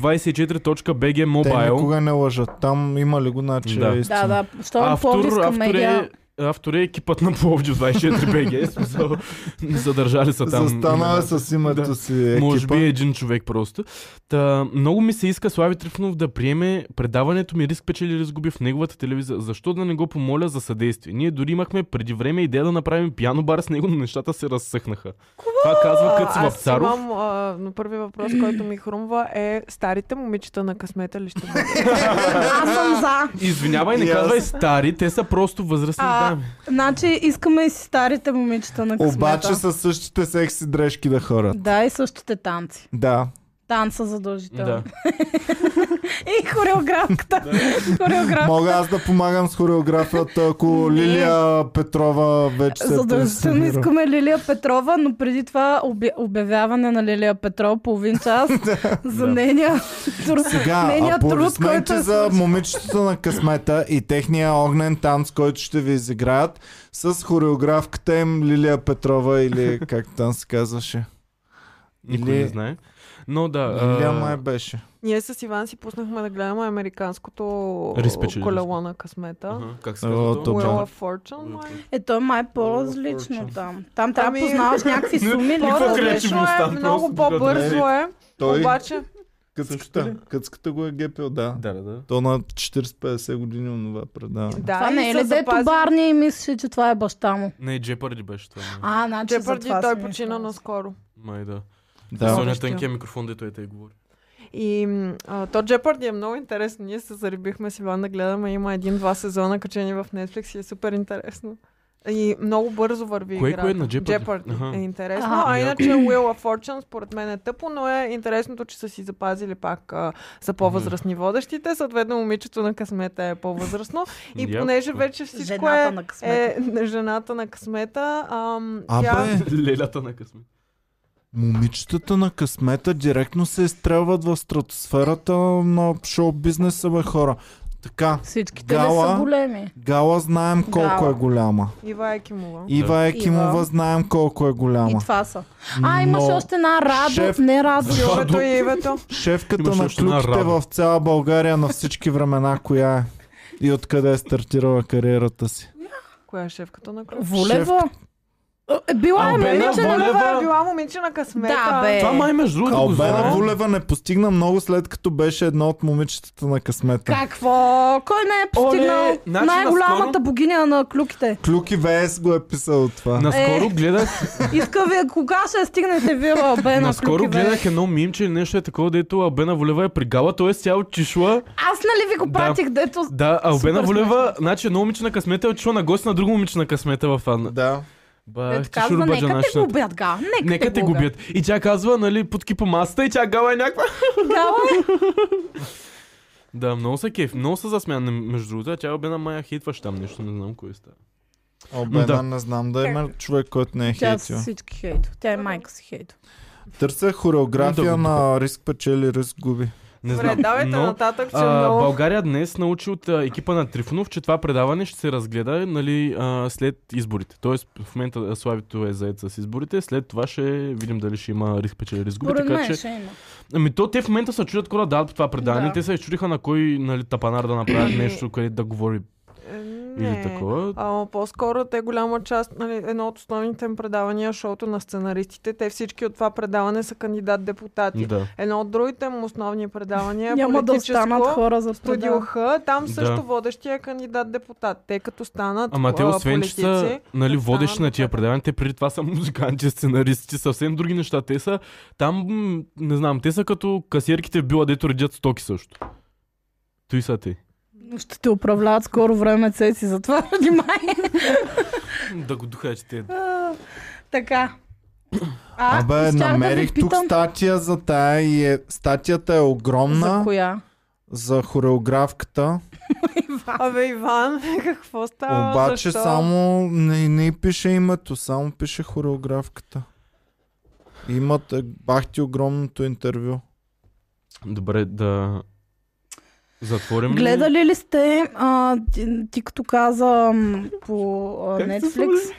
E: 24.bg
A: Те
E: Mobile.
A: никога не лъжат. Там има ли го начин? Да.
E: Да.
A: Е
B: Да,
A: истина.
B: да. Що е пловдивска
E: автор,
B: медиа?
E: е, автор е екипът на Пловдив 24 БГ. смисъл, Задържали са там.
A: Застана е с името
E: Да.
A: си екипа.
E: Може би е един човек просто. Та, много ми се иска Слави Трифонов да приеме предаването ми Риск печели риск губи в неговата телевизия. Защо да не го помоля за съдействие? Ние дори имахме преди време идея да направим пиано бар с него, но нещата се разсъхнаха. Това казва Къци
C: А, аз
E: Вапцаров.
C: имам а, на първи въпрос, който ми хрумва е старите момичета на късмета ли ще бъдат?
B: Аз съм за.
E: Извинявай, не
A: И аз.
E: казвай стари, те са просто възрастни
B: А,
E: дами.
B: Значи искаме и си старите момичета на късмета.
A: Обаче с същите секси дрежки да хорат.
B: Да, и същите танци.
A: Да.
B: Танца задължително.
E: Да.
B: Да. И хореографката. Хореографката.
A: Мога аз да помагам с хореографията, ако
B: Не.
A: Лилия Петрова вече се е
B: Задължително
A: пенсионира.
B: искаме Лилия Петрова, но преди това обя- обявяване на Лилия Петрова половин час за
E: Да.
B: нейния труд,
A: Сега,
B: нейния труд който
A: аплодисменти
B: е
A: за
B: свършил.
A: момичетата на късмета и техния огнен танц, който ще ви изиграят с хореографката им Лилия Петрова или как там се казваше.
E: Никой
A: Или-
E: не знае. Но да. а,
A: Лилия май беше.
C: Ние с Иван си пуснахме да гледаме американското
E: Рис печели,
C: колело на късмета.
E: Аха, Как се
A: О,
E: казва
A: то-
E: то?
A: Добре.
C: Wheel of Fortune, май.
B: Е, той май е по-различно там. Там трябва да
C: Ами-
B: познаваш някакви суми.
E: Никаква
B: лода, нещо.
E: кречи.
C: По-различно е,
E: Кречивостта
C: много
E: просто докато
C: по-бързо е,
A: Той
C: обаче
A: къцката, къцката го е гепил, да.
E: Да, да, да.
A: То на 40-50 години онова предава.
C: да.
B: Това не
C: и
B: е
C: са
B: ли дето
C: запазили-
B: Барни и мислеше, че това е баща му?
E: Не, Джепарди беше това. май.
B: А, значи за
C: Джепарди
B: това
C: той
B: си
C: почина
B: мисля.
C: наскоро.
E: Май да.
A: Да.
E: Соня
C: Водещия.
E: тънкия микрофон, дето е те говори.
C: И м, а, то Джепарди е много интересно. Ние се зарибихме с Иван да гледаме. Има един-два сезона качени в Netflix и е супер интересно. И много бързо върви
E: Кое,
C: играта.
E: кое е на Jeopardy?
C: Jeopardy
E: Аха.
C: е интересно.
B: А.
C: А, иначе Wheel of Fortune според мен е тъпо, но е интересното, че са си запазили пак а, за по-възрастни водещите. Съответно момичето на късмета е по-възрастно. И
E: Яко.
C: понеже вече всичко
B: Жената
C: е,
B: на късмета.
C: е на жената на късмета, ам,
A: Абе,
C: тя...
E: Лелята на късмет.
A: момичетата на късмета директно се изстрелват в стратосферата на шоу бизнеса, бе хора. Така,
B: Всичките
A: Гала.
B: ли са големи?
A: Гала знаем колко
B: Гала.
A: е голяма.
C: Ива Екимова.
A: Ива Екимова
B: Ива.
A: знаем колко е
B: И
A: голяма.
B: това са. А, имаш
A: Но
B: още една Радо,
A: шеф-
B: не Радо.
E: Защо?
C: Любето и Ивето.
A: шефката
E: Имаш
A: на
E: още една
A: клюките
E: Рада.
A: в цяла България на всички времена, коя е? И откъде е стартирала кариерата си?
C: Коя е шефката на клуб?
B: Волева. Е, Била е
E: Албена
B: момиче на...
E: Волева.
C: Волева е била момиче на късмета.
B: Да, бе.
E: Това май между другото го
A: Албена
E: знам.
A: Вулева не постигна много след като беше едно от момичетата на късмета.
B: Какво? Кой не е постигнал
E: Оле, значи
B: най-голямата
E: наскоро-
B: богиня на клюките?
A: Клюки ВС го е писал това.
B: Е.
E: Наскоро гледах,
B: Иска ви, кога ще стигнете вие Албена
E: наскоро
B: клюки, Е, бе?
E: гледах едно мимче или нещо е такова, дето Албена Волева е при гала, той е сял чишла.
B: Аз нали ви го
E: Да.
B: пратих, дето...
E: Да, Албена
B: Супер
E: Волева,
B: смешно.
E: значи едно момиче на късмета е отишла на гост на друго момиче на късмета в Анна.
A: Да.
E: Бах,
B: Дето
E: ти
B: Е, казва,
E: шуруба
B: нека те
E: джанашната.
B: губят, Е, га. Нека,
E: Нека те губят. И тя казва, нали, путки по масата и тя гала е някаква.
B: Гала е.
E: Да, много са кеф, много са засмяна между другото. а Тя Албена Мая хейтваш там нещо, не знам кое е става.
A: Обена,
E: Да.
A: не знам да има човек, който не е
B: Тя
A: хейтил.
B: всички хейтва. Тя е майка си хейтва.
A: Търся хореография
E: Да, да,
A: на риск печели, риск губи.
E: Не
C: Добре,
E: знам.
C: давайте
E: но...
C: нататък, че
E: А,
C: много...
E: България днес научи от а, екипа на Трифонов, че това предаване ще се разгледа нали, а, след изборите. Тоест в момента а, Славито е заед с изборите, след това ще видим дали ще има риск печели риск губи.
B: Поред
E: Така
B: мен
E: че...
B: ще има.
E: Ами то те в момента се чудят кога да дадат по това предаване.
B: Да.
E: Те се чудиха на кой нали, тапанар да направят нещо, където да говори
C: Е,
E: или
C: Не.
E: такова.
C: А, по-скоро те голяма част, нали, едно от основните им предавания е шоуто на сценаристите. Те всички от това предаване са кандидат-депутати.
E: Да.
C: Едно от другите му основни предавания е
B: Няма да
C: политическо.
B: останат хора за
C: Студио
B: студио.
C: Х, там също
E: Да.
C: водещия е кандидат-депутат. Те като станат
E: Ама те,
C: а,
E: освен че
C: политици,
E: са нали,
C: станат
E: водещи на тия
C: депутати.
E: предавания, те преди това са музиканти, сценаристи, съвсем други неща. Те са там, м, не знам, те са като касиерките в била, дето редят стоки също. Той са те.
B: Ще те управляват скоро време, Цеси, затова внимай.
E: Да го духа, че те.
B: Така. А,
A: Абе,
B: щях
A: намерих
B: да ви
A: тук
B: питам,
A: статия за тая и е, статията е огромна
B: За
A: за,
B: коя?
A: хореографката,
C: Абе, Иван, какво става?
A: обаче
C: Защо?
A: само не, не й пише името, само пише хореографката. Имат е, бах ти огромното интервю.
E: Добре, да. Затворим. ли?
B: Гледали ли сте, а, ти, ти като каза м, по а,
E: Как се
B: Netflix?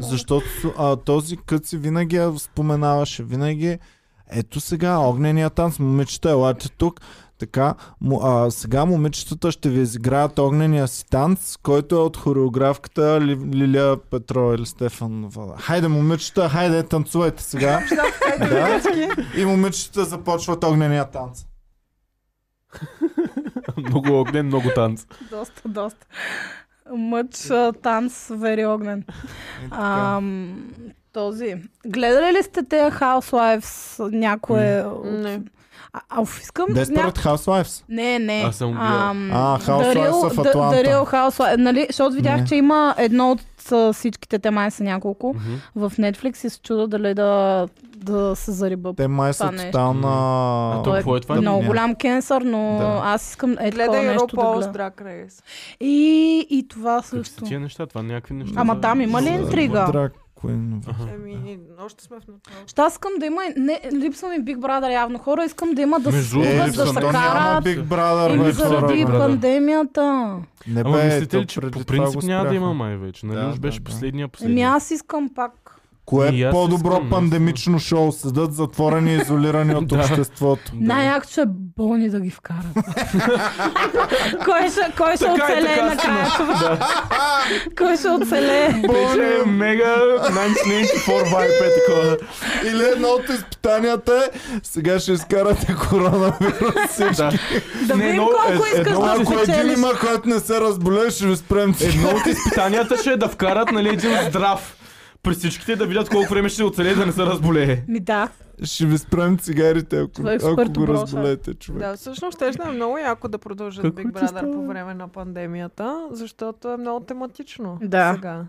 A: Защото су- а, този кът си винаги я споменаваше, винаги ето сега огнения танц, момичета, елате тук. Така, му, а, сега момичетата ще ви изиграят огнения си танц, който е от хореографката Ли, Лилия Петрова или Стефан. Вала. Хайде, момичета, хайде, танцувайте сега. да. И момичетата започват огнения танц.
E: много огнен, много танц.
B: Доста, доста. Мъч, а, танц, вери огнен.
A: И така.
B: Ам, този. Гледали ли сте те Housewives? Някое...
C: Не.
B: А, ауф, искам...
A: Desperate Housewives.
B: Не, не.
E: Аз съм гледал.
B: Ам,
A: А, Housewives
B: Дарил-
A: в
B: Да-
A: Атланта.
B: Дарил Housewives. Нали, защото видях,
A: Не.
B: че има едно от а, всичките те май са няколко.
E: Мгм.
B: В Netflix и се чуда дали да, да се зариба.
A: Те май
B: Това
A: са
B: нещо.
A: тотална...
E: А то какво е това?
B: Много
A: Да.
B: голям кенсър, но
A: Да.
B: аз искам е такова
C: Гледай
B: нещо да
C: RuPaul's
B: гледам.
C: Drag Race.
B: И, и това
E: Какви са
B: също.
E: тия неща? Това някакви неща.
B: Ама
E: за-
B: там има ли
E: за-
B: интрига?
A: Drag Queen.
E: Аха.
C: Еми, още сме в началото.
B: Ще аз искам да има... Не, липсва ми Big Brother явно хора. Искам да има да се
E: Между другото,
B: сливат,
A: Е,
B: да
E: липсва
B: се
A: защо
E: ми.
A: няма
B: карат.
E: Биг
A: Big Brother,
B: Или
E: Brother,
A: бе,
B: заради
E: Big
A: хора?
E: Brother.
B: пандемията.
A: Не
E: Ама
A: бе,
E: мислите ли,
A: то
E: че
A: преди
E: по
A: това го
E: принцип няма да
A: спряха.
E: има май вече? Нали
A: Да,
E: уж
A: да, да.
E: беше
B: Ами
E: последния последен.
B: Еми аз искам пак.
A: Кое
E: И
A: е
E: аз
A: по-добро
E: искам,
A: пандемично шоу? Седат затворени и изолирани от
E: Да.
A: обществото.
B: Най-якото ще е болни да ги вкарат. кой ще, кой ще
E: Така и
B: оцелее
E: така
B: накрая? кой ще оцелее?
E: Беше мега 1994 vibe е такова.
A: Или едно от изпитанията е, сега ще изкарате коронавирус всички.
B: Да
E: Не,
B: видим
E: но
B: колко
E: е-
B: искаш
E: едно
A: Но
B: да
A: ако един
B: спечелиш.
A: има, който не се разболее, ще ви спрем
E: Едно
A: всички.
E: от изпитанията ще е да вкарат нали, един здрав при всичките да видят колко време ще оцелее да не се разболее.
B: Ми да,
A: Ще ви спрем цигарите, ако,
B: Това е
A: ако
B: експерт
A: го
B: добро,
A: разболеете, човек.
C: Да, всъщност ще е много яко да продължат
E: Какво
C: Big
E: ти става?
C: Brother по време на пандемията, защото е много тематично
B: Да.
C: сега.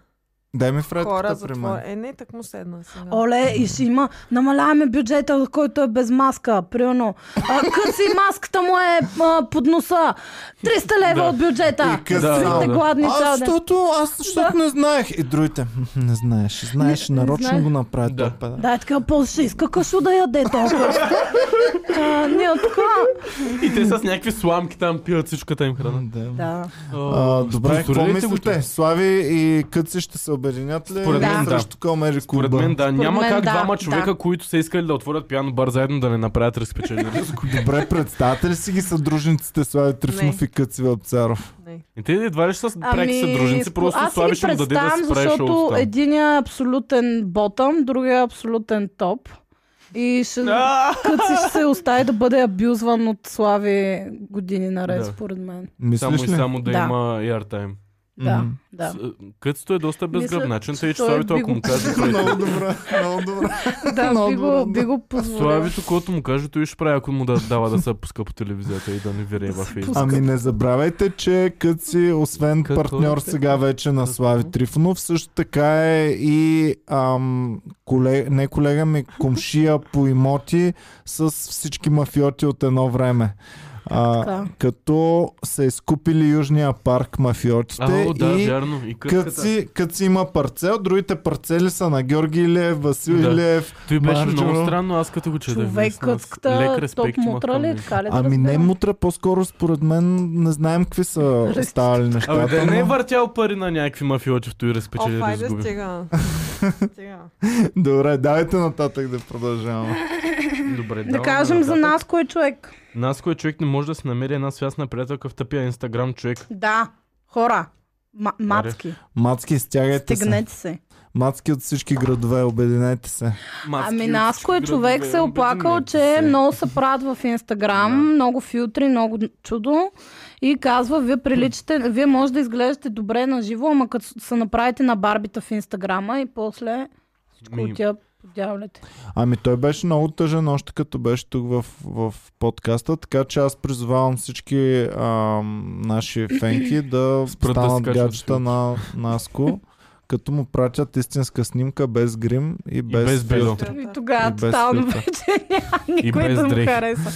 A: Дай ми фретката
C: хора
A: при
C: за
A: мен.
C: това. Е, не, так му седна сега.
B: Оле, и ще има. Намаляваме бюджета, който е без маска. Примерно. А, къси маската му е а, под носа. 300 лева
E: Да.
B: от бюджета.
A: И къси.
B: Сте
E: Да.
B: гладни
A: Аз
B: цял ден.
A: защото, аз защото не знаех. И другите, «М, не знаеш. Знаеш,
B: Не- не
A: нарочно
B: знаех.
A: го направи
E: Да.
A: този педал.
B: Да, е така, после ще иска кашу да яде толкова. а, ние от така.
E: И те с някакви сламки там пият всичката им храна.
A: Да.
B: Да.
A: А, добре, какво
E: спонсорирайте го
A: мислите? Слави и Къци ще се обединят ли?
E: Според
B: мен да.
A: Срещу Калмери
E: Според
A: Куба?
E: мен да, няма
B: мен
E: как
B: да,
E: двама
B: да.
E: човека, които са искали да отворят пиано бар заедно да не направят разпечелили.
A: Добре, представете ли си ги съдружниците Слави Трифнов и Къци Вапцаров?
C: Не.
E: И те едва ли ще са преки съдружници,
B: спо-
E: просто
B: Ами, аз си
E: Слави
B: ги
E: ще му даде да
B: представям,
E: спре шоуто
B: защото
E: там.
B: единия е абсолютен ботъм, другия е абсолютен топ. И ще...
E: А,
B: Къци ще се остави да бъде абюзван от Слави години наред,
E: Да.
B: според мен.
E: Само и
A: Мислиш ли?
E: само да
B: Да.
E: има airtime.
B: Да,
A: М.
B: да.
E: С- Къцето е доста
B: Мисля,
E: безгръбначен,
B: че
E: тъй че
B: той
E: Славито,
B: би
E: ако
B: го
E: му каже...
A: Много добре, много добре.
B: Да, би го,
A: Много
B: би го позволил.
E: Славито, който му каже, той ще прави, ако му да дава да се пуска по телевизията и да не вире във фейсбук.
A: Ами не забравяйте, че Къци, освен
E: Като
A: партньор
E: лице.
A: сега вече на Слави Трифонов, също така е и ам, колег, не колега ми, комшия по имоти с всички мафиоти от едно време. А,
B: Е, така?
A: като са изкупили Южния парк мафиотите
E: А, о, да,
A: и
E: вярно. И кътката.
A: Къци, къци има парцел, другите парцели са на Георги Илиев, Васил
E: Да.
A: Илиев.
E: Той беше
A: Марджо.
E: много странно, аз като го чета.
B: Човек къцката топ мутра ли? Така ли да
A: Ами не
B: разбирам?
A: мутра, по-скоро според мен не знаем какви са ставали нещата.
E: Абе, да не е
A: но-
E: въртял пари на някакви мафиоти в той разпечели
C: О,
E: да
C: хайде,
E: изгуби.
C: стига. Стига.
A: Добре, давайте нататък да продължаваме.
E: Добре,
B: Да кажем за нас кой е човек.
E: Нас, кой е човек не може да се намери една свясна приятелка в тъпия инстаграм човек.
B: Да, хора. М- мацки.
A: Мацки, стягайте се.
B: Стегнете се.
A: Мацки от всички градове, обединете се.
B: Ами Наско е човек се е оплакал, че много се правят в Инстаграм, много филтри, много чудо и казва, вие приличате, вие може да изглеждате добре на живо, ама като се направите на барбита в Инстаграма и после всичко
E: Ми.
B: отива по дяволите.
A: Ами той беше много тъжен, още като беше тук в, в подкаста, така че аз призовавам всички ам, наши фенки да
E: Спрат да си
A: станат
E: качват
A: гаджета
E: филтри.
A: на Наско, като му пратят истинска снимка без грим и без,
E: без бельо.
A: филтър.
B: И
A: И
B: тогава
A: без
B: тотално
A: филтър.
B: вече няма
E: И
B: никой
E: без
B: да му
E: дрехи.
B: хареса.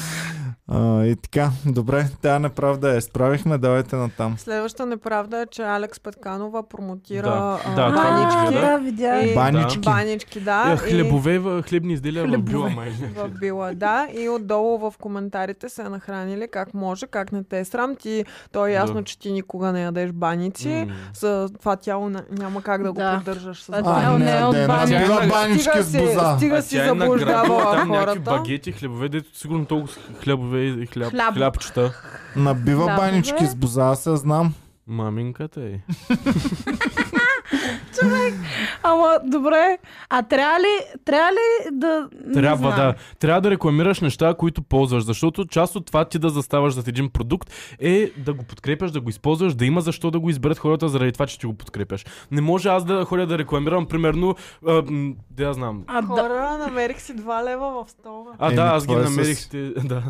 A: А, и така, добре, тя неправда е. Справихме, давайте натам.
C: Следваща неправда е, че Алекс Петканова промотира
E: Да.
C: а,
E: Да, това
C: банички.
E: го видя, да.
B: видя.
C: И-
A: Банички.
C: Банички, да.
E: Е,
C: и-
E: хлебове, в- хлебни изделия в
B: Хлебове.
E: била май.
C: в била, да. И отдолу в коментарите се нахранили как може, как не те е срам. Ти, то е ясно,
E: Да.
C: че ти никога не ядеш баници.
E: М.
C: За това тяло на- няма как да го
B: Да.
C: поддържаш с
B: А,
C: баници.
B: тя не е от
A: Дена,
B: баня.
A: била банички
C: Стига
A: с боза.
E: А
C: стига си
E: тя е награбила
C: заблуждавала
E: там някакви
C: хората.
E: багети, хлебове, дето сигурно толкова с хлебове и хляб,
B: Хляб.
E: хлябчета.
A: Набива
B: Да,
A: банички
B: добре.
A: с боза, аз я знам.
E: Маминката е.
B: Ама, добре. А трябва ли, трябва ли да... не
E: Трябва
B: знам.
E: да, трябва да рекламираш неща, които ползваш, защото част от това ти да заставаш зад един продукт е да го подкрепяш, да го използваш, да има защо да го изберат хората заради това, че ти го подкрепяш. Не може аз да ходя да рекламирам, примерно, а, м, да я знам.
B: А, да,
C: Хора, намерих си 2 лева в стола.
E: А,
A: Е,
E: да,
A: ми
E: аз ги
A: това е с-
E: намерих. Ти, да.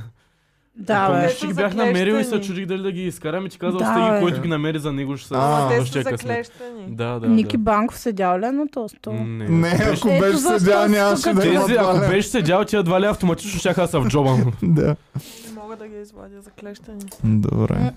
B: да, бе.
E: Помниш,
C: Те
E: че
C: са
E: ги бях намерил и се
C: заклещени.
E: чудих дали да ги изкарам и ти казал,
B: Да,
E: да,
B: бе.
E: стиги, който ги намери за него, ще се
A: А,
C: Ама те
E: ще
C: са
E: е късмет.
C: заклещени.
E: Да, да.
B: Ники
E: да.
B: Банков седял ли на то стол?
E: Не.
A: Не,
E: Беше-
A: ако
B: Ето
A: беше
B: защо
A: седял,
B: тук
A: нямаше да има
E: Тези, ако
A: бале.
E: беше седял, тия два ли автоматично щяха да са в джоба му.
A: Да.
C: Не мога да ги извадя заклещени.
A: Добре.
B: М.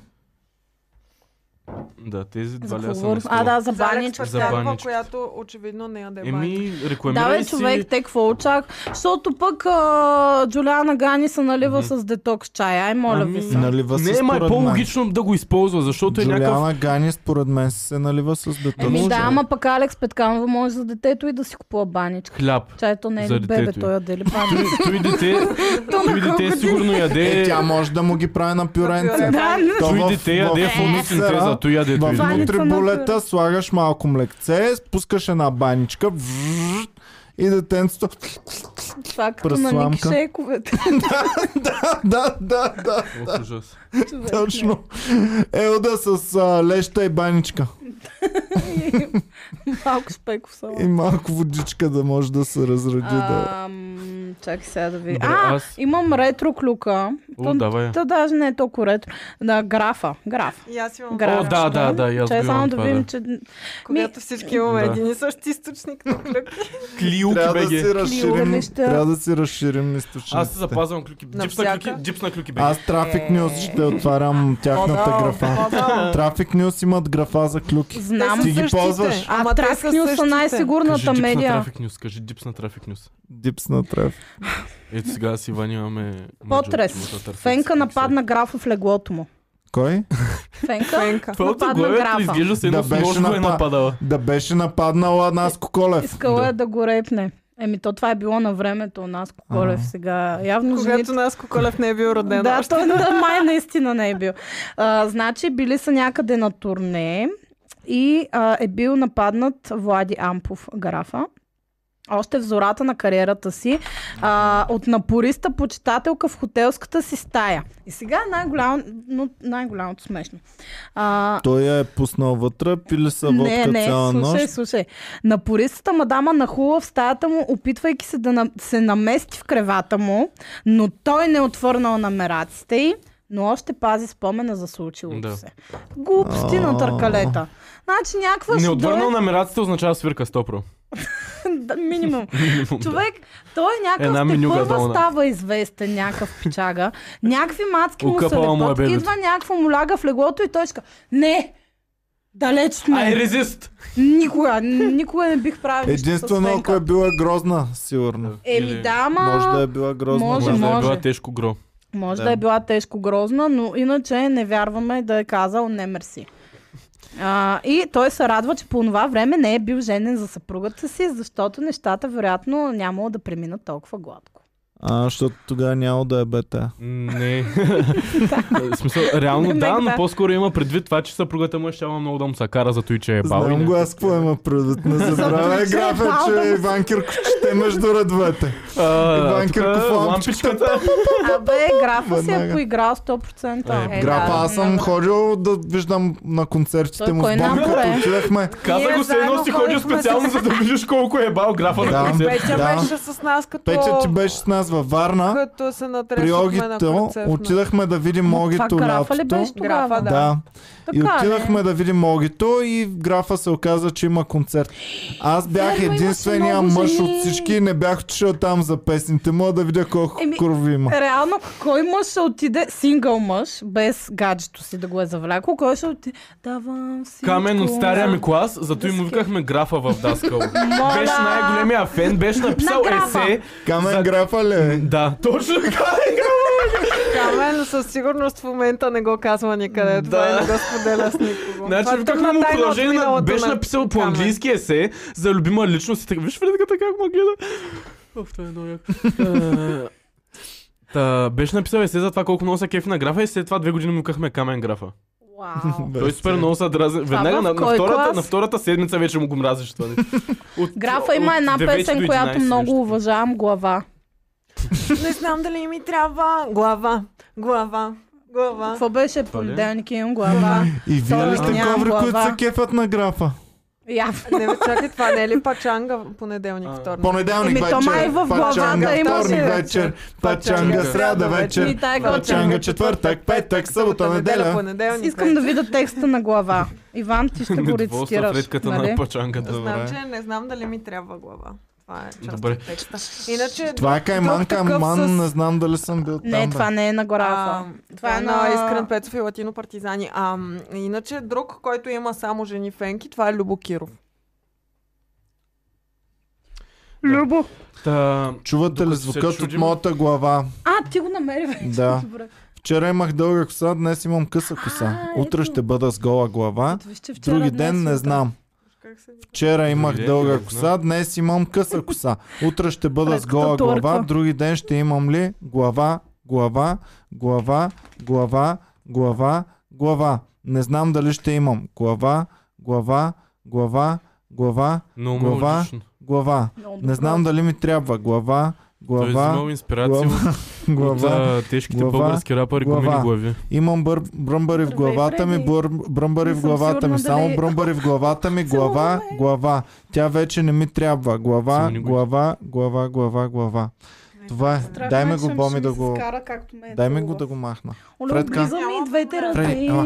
E: Да, тези
B: За
E: два ли
B: какво
E: са на
B: говорим?
E: стол.
B: А, да, за
C: За Алекс
B: баничка.
E: За
C: Петканова,
E: банички.
C: която очевидно не яде банички.
E: Еми,
B: Да,
E: рекламирай
B: бе,
E: си.
B: човек, те какво очак? Защото пък а, Джулиана Гани се налива
E: Мгм. Ами,
B: с детокс чай. Ай, моля ви се.
A: Налива се
E: Не, ма е
A: според мен.
E: по-логично да го използва, защото е някакъв...
A: Джулиана Гани според мен се налива с
B: Еми
A: детето.
B: Ами да, ама пък Алекс Петканова може за детето и да си купува баничка.
E: Хляб.
B: Чай, то не е
E: За
B: ли бебе,
E: детето й.
B: той яде ли баничка?
E: Той, той дете, той дете сигурно яде...
A: Е, тя може да му ги прави на пюренце.
C: пюре.
B: Да, не.
A: То
E: Той
A: в-
E: дете яде
B: Е,
A: в
E: в фотосинтеза, той яде той.
A: В
B: Това не-
E: яде.
A: нутрибулета слагаш малко млекце, спускаш една баничка вжж, и детенцето...
B: това като на
A: пръсламка.
B: Ники Шейковете.
A: Да, да, да, да,
E: Ох, ужас.
B: човек.
A: точно. Елда с а, леща и баничка.
B: Малко шпеков само.
A: И малко водичка Е, да може да се разради. Да.
B: Ам, М, Чакай сега да видя.
E: Добре,
B: Е, А,
E: аз...
B: имам ретро клюка.
E: О, давай.
B: Та даже не е толкова ретро. Да, графа. Граф.
C: И аз имам
B: Граф.
E: О, да, да, да, и аз
B: Чай
E: го
B: само
E: имам
B: да
E: това,
B: видим,
E: да.
B: че...
C: Когато всички имаме
E: Да.
C: един и същи източник на клюки.
E: Клиуки,
A: Трябва да
E: беге.
A: си разширим,
B: Клюкаме ще-
A: трябва да си разширим източниците.
E: Аз се запазвам клюки.
C: На
E: Джипс на
C: всяка?
E: клюки, джипс на клюки, беге.
A: Аз Traffic
B: Е.
A: News ще отварям тяхната графа. Traffic News имат графа за клюки.
B: Знам.
A: Ти ги ползваш?
B: А Traffic News са
E: Кажи
B: най-сигурната
E: джипс на
B: медиа.
E: Traffic News, кажи джипс на Traffic News.
A: Дипс на трафик.
E: Ето сега с Иван имаме...
B: Потрес. Фенка нападна графа в леглото му.
A: Кой?
B: Фенка
C: Фенка.
E: Това от
B: нападна
E: заглавието
B: графа.
E: изглежда се едно
A: Да
E: с
A: беше
E: нож го е
A: напа-
E: нападала.
A: Да беше нападнала Наско Колев.
B: искала
E: Да.
B: е да го репне. Еми, то това е било на времето у нас, Колев
A: Ага.
B: сега. Явно жените
C: Когато нас Колев не е бил роден.
B: Да,
C: още.
B: той да, май наистина не е бил. А, значи, били са някъде на турне и а, е бил нападнат Влади Ампов графа. Още в зората на кариерата си, а, от напориста почитателка в хотелската си стая. И сега е най-голям, но най-голямото смешно. А,
A: Той я е пуснал вътре, пили са водка
B: не, не,
A: цяла
B: слушай,
A: нощ.
B: слушай. Напористата мадама нахула в стаята му, опитвайки се да на... се намести в кревата му, но той не е отвърнал намераците й, но още пази спомена за случилото
E: Да.
B: се. Глупости на търкалета. Значи някаква
E: Не
B: ще
E: отвърнал
B: дойде-
E: намерацията означава свирка 100
B: Да, минимум. Човек, той някакъв
E: Една
B: те
E: менюга
B: първа
E: долна.
B: става известен, някакъв пичага. Някакви мацки му се
E: Укъпала му е
B: лепат.
E: бебето.
B: Идва някаква му ляга в леглото и той ще ка- Не! Далеч сме!
E: Ай, резист!
B: Никога, никога не бих правил нищо
A: Единствено,
B: с
A: ако
B: Фенка.
A: е била грозна, сигурно.
B: Еми
E: Или-
B: да, ма...
A: Може да е била грозна.
B: Може,
E: Може да е
B: може.
E: била тежко гро.
B: може
A: да.
B: да е била тежко грозна, но иначе не вярваме да е казал не мерси. А, и той се радва, че по това време не е бил женен за съпругата си, защото нещата вероятно нямало да преминат толкова гладко.
A: А, защото тогава няма да е бета.
E: Не. Е, В смисъл, реално
B: Не,
E: да,
B: мега.
E: но по-скоро има предвид това, че съпругата му е щяла много да му се кара за той, че е бал. и
A: Знам
E: не-
A: го аз какво има предвид. Не забравяй
B: че е
A: графе,
B: бал да
A: че
B: му се-
A: Иван Кирков чете между редовете.
E: А,
A: Иван
E: тук
A: Кирков, лампичката.
E: лампичката.
B: Абе, графа си е
A: Веднага.
B: поиграл 100%.
E: Е,
B: Е,
A: Графа,
B: да,
A: аз съм
B: много.
A: ходил да виждам на концертите
B: Той
A: му
B: кой
A: в Бон,
B: набра
A: като
B: е?
A: отидахме.
E: Каза
C: Ние
E: го се едно
C: заедно
E: си ходил
C: ходихме
E: специално, за да видиш колко е бал графа
A: Да.
E: на концерт.
C: Петя
A: Да.
C: беше с нас като...
A: Петя ти беше с нас във
B: е
A: Варна.
C: Като се
A: При
C: натресохме на
A: Огито
C: концерт.
A: отидахме да видим
B: Но Това
A: Огито
B: графа ли
A: лятото.
B: беше тогава?
C: Графа, да.
A: Да. И
B: Така, е?
A: отидахме
B: не?
A: да видим Огито и графа се оказа, че има концерт. Аз бях
B: Верно, имаше
A: единствения
B: много
A: мъж
B: жени.
A: от всички и не бях отишъл там за песните му, а да видя колко
B: Еми,
A: крови има.
B: Реално, кой мъж ще отиде, сингъл мъж, без гаджето си да го е завляко, кой ще отиде, давам си.
E: Камен от стария ми клас, зато и му викахме графа в Даскал. Беше най-големия фен, беше написал
B: На графа.
E: есе.
A: Камен
E: за-
A: графа ли? е?
E: Да, точно така е
C: Камен със сигурност в момента не го казва никъде. Това
E: Да.
C: и не го споделя с никого.
E: Значи,
C: Това е
E: в
C: тъмна
E: как му
C: тайна от
E: продължение на...
C: миналото
E: беше
C: на
E: написал по
C: Камен.
E: английски есе за любима личност и така. Виж Фредката как ме гледа. Оф, това е много яко. Е, Та, беше написал есе за това колко много се кефи на графа и след това две години му кахме камен графа.
B: Вау.
A: Бе,
E: Той е супер много се дразни. Веднага
B: в
E: на, на,
B: кой
E: втората,
B: клас?
E: на втората седмица вече му го мразиш това. нещо. От,
B: Графа има
E: от
B: една
E: 9 до
B: песен,
E: 11
B: която
E: нещо.
B: много уважавам, глава.
C: Не знам дали ми трябва глава. Глава. Глава.
B: Какво беше
E: ли е?
B: понеделник имам глава?
A: И вие
B: Той
A: ли сте
B: няма
A: коври, които
B: глава.
A: се кефят на графа?
B: Явно.
C: Не бе, чакай, това не е ли пачанга понеделник,
E: А.
C: вторник?
A: Понеделник
B: Еми, Ами, то май е
A: вечер,
B: в главата
A: пачанга
B: имаше.
A: вторник вечер, пачанга сряда вечер,
B: И тая
A: пачанга
B: готина.
A: четвъртък, петък, събота, неделя.
C: Понеделник,
B: Искам да видя текста на глава. Иван, ти ще го
E: Недоволства
B: рецитираш.
E: Фредката на
B: нали?
E: пачанката.
C: Знам,
A: Добре.
C: че не знам дали ми трябва глава. Това е част
E: Добре.
C: от текста. Иначе...
A: Това е Кайман
C: Друг такъв
A: Каман,
C: с-
A: не знам дали съм бил там.
B: Не,
A: бе.
B: това не е на
C: А,
B: графа.
C: това е на Искрен Пецов и Латино Партизани. А, м, иначе друг, който има само жени фенки, това е Любо Киров.
B: Любо.
E: Та,
A: Чувате ли
E: Докато се
A: звукът от
E: чудим-
A: моята глава?
B: А, ти го намери вече.
A: Да.
B: Добре.
A: Вчера имах дълга коса, днес имам къса коса.
B: А,
A: Утре
B: ето.
A: ще бъда с гола глава.
B: Ето, виж, че вчера,
A: Други
B: днес
A: ден не
B: сутрин.
A: знам. Вчера имах
E: ден,
A: дълга
E: не
A: коса, днес имам къса коса. Утре ще бъда с
B: Фредката
A: гола глава,
B: турка.
A: други ден ще имам ли глава, глава, глава, глава, глава, глава. Не знам дали ще имам глава, глава, глава, глава,
E: много
A: Глава.
E: мелодично.
A: глава.
B: Много добро.
A: Не знам дали ми трябва глава,
E: Той е
A: глава,
E: взимал инспирация от От
A: глава.
E: а, тежките
A: глава,
E: български рапъри
A: глава.
E: гумени глави.
A: Имам бър, бръмбари в
B: Здравей,
A: главата ми,
B: Фреди.
A: бър, бръмбари
B: Не
A: в
B: съм
A: главата ми,
B: сигурна
A: само
B: дали-
A: бръмбари в главата ми, глава, глава. Тя вече не ми трябва. Глава,
E: Целуни го.
A: глава, глава, глава, глава. Това е.
B: Страх
A: Дай
B: ме,
A: ме
B: Ами, че
A: го,
B: ще
A: Боми,
B: ми
A: да
B: се
A: го...
B: скара, както ме е
A: Дай ми го
B: целувал.
A: да го махна.
B: Оле,
A: Фредка.
B: облиза ми и двете
C: Фредка,
B: ръце.
A: ела.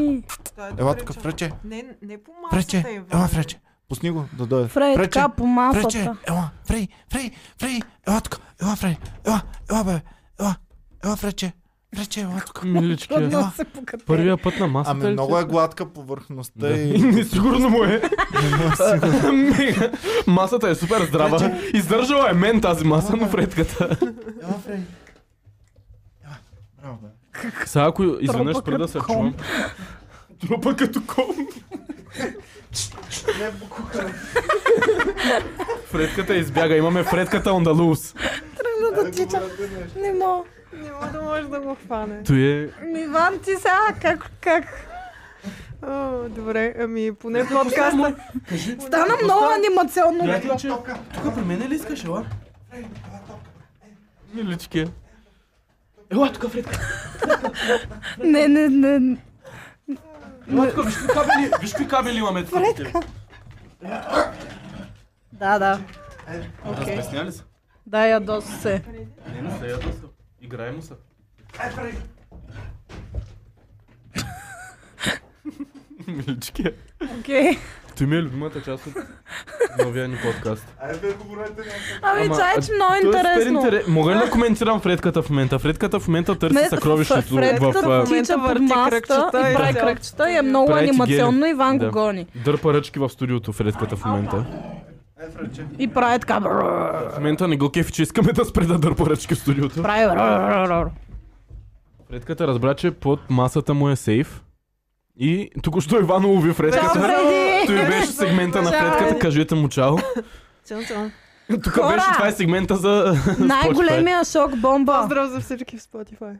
C: Той е
A: Ела тук,
C: пречел.
A: Фрече.
C: Не, не по масата
A: Фрече.
C: Иван.
A: Ела, Фрече. Пусни го да дойде.
B: Фрей,
A: Фрече.
B: така по
A: Фрече.
B: масата.
A: Ела, Фрей, Фрей, Фрей. Ела тук. Ела, Фрей. Ела, ела, бе. Ела, ела, Фрече. Фрече, ела тук.
E: Милички.
B: Трудно
A: Ела.
B: се покатери.
E: Първия път на масата.
A: Ами
E: ли
A: много
E: си?
A: е гладка повърхността
E: Да.
A: и...
E: Сигурно му е. Мега. Масата е супер здрава. Издържала е мен тази маса, но предката.
A: Ела, Фрей. Ела, Браво, бе.
E: Сега ако изведнъж
B: Трупа
E: спра да
B: като
E: се
B: кон.
E: чувам. Трупа като кон.
A: Не, букука.
E: Фредката избяга. Имаме Фредката on the loose.
C: Тръгна да тича.
B: Не мога.
C: Не мога да можеш да го хване.
E: Той е...
C: Ми, Ами, Иван, ти сега как, как? О, добре, ами поне подкаста.
B: Стана много анимационно.
A: е
E: Тук при мен е ли искаш, ела? Милички. Ела тук, Фредка.
B: Не, не, не.
E: Ела тук, виж какви кабели, виж какви кабели имаме. тук.
B: Фредка. Да, да. Окей.
E: Разпесня ли се?
B: Да, ядоса се.
E: Не, не се яда са. Играе му са. Милички.
B: Окей.
E: Той ми е любимата част от новия ни подкаст.
B: Ами,
E: Ама,
B: това е, че много
E: Той е супер
B: интересно.
E: интерес- Мога ли да коментирам Фредката в момента? Фредката в момента търси
B: Вместо-
E: съкровището
B: Фредката
E: в а,
B: тича под
C: върти
B: маста
C: кръгчета
B: и
C: и
B: прави
C: цял-
B: кръгчета и е много
E: Прави ти
B: анимационно.
E: гели.
B: Иван го
E: Да.
B: гони.
E: дърпа ръчки в студиото Фредката в момента.
B: И прави така. брррр.
E: В момента не го кефи, че искаме да спре да дърпа ръчки в студиото.
B: Прави. брррр.
E: Фредката разбра, че под масата му е сейф. И току-що Иван улови
A: Е,
B: Чао,
E: Фредката.
B: Фреди!
E: Той беше сегмента на
B: Чао,
E: Фредката,
B: Фреди!
E: кажете му чао.
C: Чао, чао.
E: Тук
B: Хора!
E: беше, това е сегмента за...
B: Най-големия шок бомба.
C: Поздрав за всички в Spotify.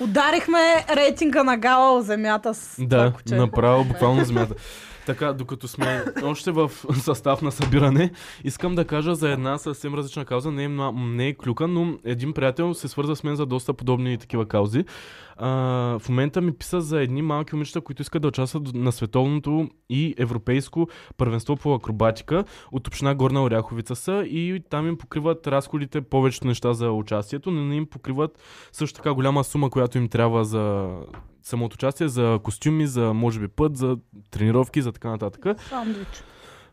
B: Ударихме рейтинга на Гала о земята с
E: Да,
B: това е куче.
E: направо, буквално земята. Така, докато сме още в състав на събиране, искам да кажа за една съвсем различна кауза. Не е, мна- не е клюка, но един приятел се свърза с мен за доста подобни такива каузи. А, в момента ми писа за едни малки момичета, които искат да участват на световното и европейско първенство по акробатика от община Горна Оряховица са и там им покриват разходите повечето неща за участието, но не им покриват също така голяма сума, която им трябва за самото участие, за костюми, за може би път, за тренировки, за така нататък.
B: Сандвич.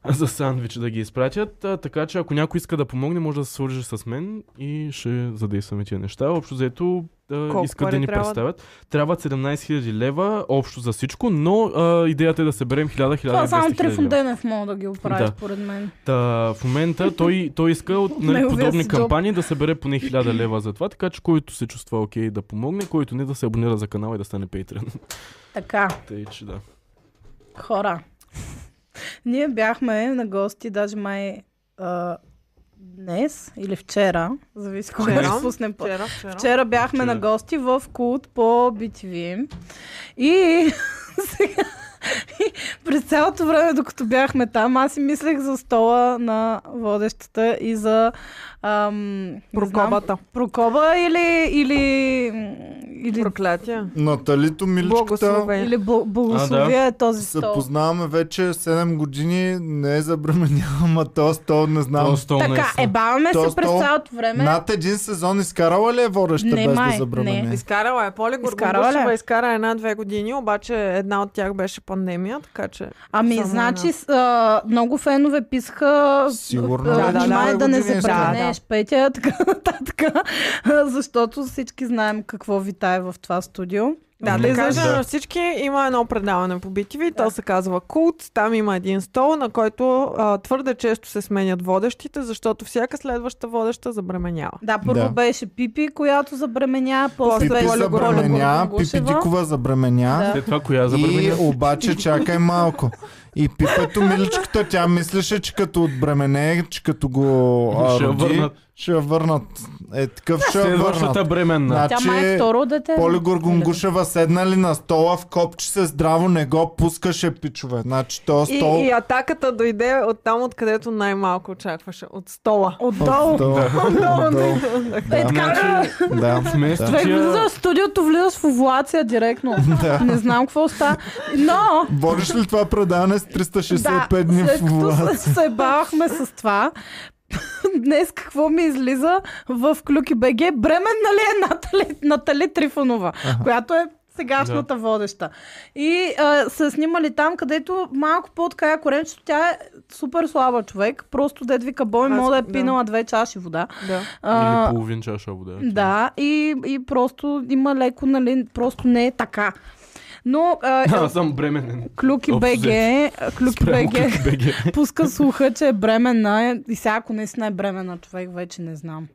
E: За сандвич да ги изпратят. А, така че ако някой иска да помогне, може да се свържи с мен и ще задействаме тия неща. Общо заето да
C: Колко
E: искат да
C: пари
E: ни
C: трябва?
E: представят. Трябват 17 000 лева общо за всичко, но а, идеята е да съберем 1000
B: Това само
E: 1200
B: Трифон
E: 000 лева.
B: Денев мога да ги оправи,
E: Да.
B: според мен.
E: Та, в момента той, той иска от нали,
B: Неговия
E: подобни
B: си джоб.
E: кампании да събере поне 1000 лева за това, така че който се чувства окей да помогне, който не да се абонира за канала и да стане Patreon.
B: Така.
E: Тъй, че да.
B: Хора, ние бяхме на гости, даже май а, днес или вчера, зависи кога
C: Вчера?
B: ще пуснем по-
C: Вчера, вчера.
B: Вчера бяхме
E: Вчера.
B: на гости в Култ по BTV и сега и през цялото време, докато бяхме там, аз си мислех за стола на водещата и за ам, не знам,
C: Прокобата.
B: Прокоба или, или, м, или,
C: Проклятия.
A: Наталито Миличката
C: Благословен.
B: или бл- благословия е този
A: се
B: стол.
A: познаваме вече 7 години, не е забременял, ама то стол не знам.
E: То стол не е
B: Така,
E: с-
B: ебаваме
A: То
B: се през
A: стол
B: цялото време.
A: Над един сезон изкарала ли е водеща
B: Не,
A: без
B: май,
A: да забременя?
B: не.
C: Изкарала е Поли
B: Изкарала ли
C: Горбушева,
B: е?
C: изкара една-две години, обаче една от тях беше пандемия, така че...
B: Ами,
C: Само
B: значи, с, а, много фенове писаха
A: Сигурно
B: а,
C: е, че
B: внимай
C: две
B: да не
A: години
B: се
A: е
B: бранеш, Петя, така нататък, а, защото всички знаем какво витае в това студио.
C: Да, Ами да
B: Влизаш-
C: кажа
E: Да.
C: на всички, има едно предаване по BTV, то се казва Култ, там има един стол, на който а, твърде често се сменят водещите, защото всяка следваща водеща забременява.
B: Да, първо
A: Да.
B: беше Пипи, която забременя, после
C: Пипи
A: Пипи
B: беше
A: забременя,
B: Гошева.
A: Пипи Дикова забременя.
B: Да.
E: След това коя
A: И
E: забраменя?
A: обаче чакай малко. И пипето миличката, тя мислеше, че като отбремене, че като го а,
E: Ще я
A: роди,
E: върнат.
A: ще я върнат. Е, такъв ще я
E: Следващата
A: върнат.
E: бременна.
B: Тя май е
A: Значи,
B: второ дете.
A: Поли Горгунгушева седнали на стола в копче се здраво, не го пускаше пичове. Значи то
C: И,
A: стол...
C: и атаката дойде от там, откъдето най-малко очакваше. От стола.
B: Отдолу.
A: Отдолу. Отдолу.
B: Е, така,
E: Значи,
A: Да.
E: вместо
B: човек влиза
E: тия...
B: в студиото, влизаш в овулация директно.
A: Да.
B: Не знам какво става. Но,
A: Водиш ли това предаване 365 дни
B: след
A: в
B: като
A: власт.
B: се, се бавахме с това, днес какво ми излиза в Клюки БГ? Бременна ли е Натали, Натали Трифонова, която е сегашната водеща. И а, са снимали там, където малко по-така я коренчето, тя е супер слаба човек. Просто дед вика, бой,
C: Аз-
B: мога да е
C: да.
B: пинала две чаши вода.
C: Да.
E: Или
B: А,
E: половин чаша вода.
B: да, и, и просто има леко, нали, просто не е така. Но а,
E: Аз съм бременен.
B: Клюки
E: Общо
B: БГ, Клюки
E: Спрямо
B: БГ
E: как БГ.
B: пуска слуха, че е бременна и сега ако наистина е бременна човек, вече не знам.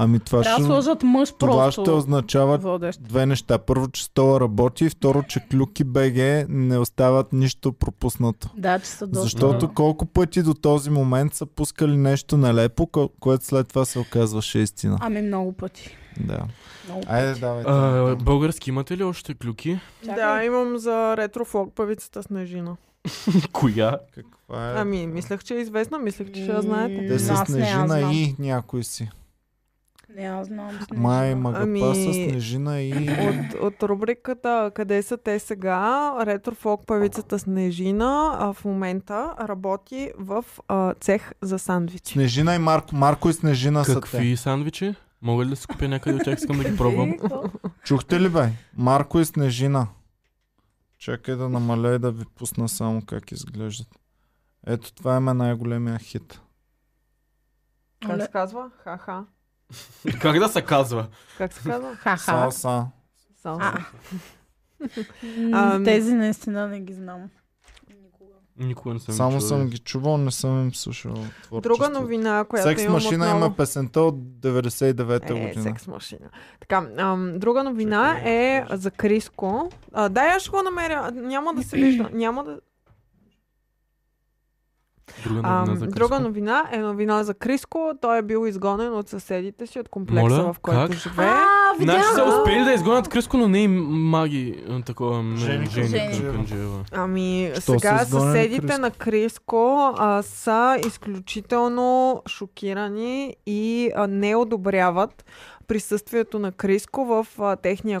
A: Ами това
B: Трябва
A: ще,
B: да сложат мъж
A: това
B: просто
A: ще означава
B: водещ.
A: две неща. Първо, че стола работи и второ, че клюки БГ не остават нищо пропуснато.
B: Да, че са доста.
A: Защото колко пъти до този момент са пускали нещо нелепо, ко- което след това се оказваше истина.
B: Ами много пъти.
A: Да.
B: Много пъти.
A: Айде, давай.
E: А, Български имате ли още клюки?
C: да, имам за ретрофлог певицата Снежина.
E: Коя?
A: Каква е?
C: Ами, мислех, че е известна, мислех, че ще я знаете.
A: Те са
B: Аз не, аз
A: Снежина
B: знам.
A: и някой си.
B: Не, аз знам. с
A: Май,
B: нещо.
A: Магапаса,
C: Ами-
A: Снежина и...
C: От, от рубриката Къде са те сега, ретрофолк певицата Снежина а, в момента работи в а, цех за сандвичи.
A: Снежина и Марко. Марко и Снежина са те.
E: Какви сандвичи? Мога ли да си купя някъде от тях?
B: Е,
E: Искам да ги пробвам.
A: Чухте ли бе? Марко и Снежина. Чакай да намаля и да ви пусна само как изглеждат. Ето това им е най-големия хит.
C: Как се казва? Ха-ха.
E: Как да се казва?
C: Как се казва?
B: Ха-ха.
A: Са, са.
C: Само.
B: А.
E: Ами-
C: Ам.
B: Ами Тези наистина не ги знам. Никога.
E: Никога не съм
A: Само
E: ги чувал.
A: съм ги чувал, не съм им слушал творчеството.
C: Друга новина, която
A: Секс
C: имам
A: машина
C: отново...
A: има песента от 99-та
C: е,
A: година.
C: секс машина. Така, ам, друга новина
E: Чакай,
C: е за Криско. А, да, я ще го намеря. Няма да се вижда. Няма да...
E: Друга новина
C: Ам,
E: за
C: друга
E: Криско.
C: новина е новина за Криско. Той е бил изгонен от съседите си, от комплекса,
E: Моля?
C: в който
E: Как?
C: живее.
B: А,
E: Значи
B: видях
E: са
B: го.
E: успели да изгонят Криско, но не и маги а, такова м,
A: Жени
E: Жени
A: Канджиева.
E: Канджиева.
C: Ами,
A: Що
C: сега
A: са изгонени
C: съседите
A: Криско?
C: на Криско а, са изключително шокирани и а, не одобряват присъствието на Криско в а, техния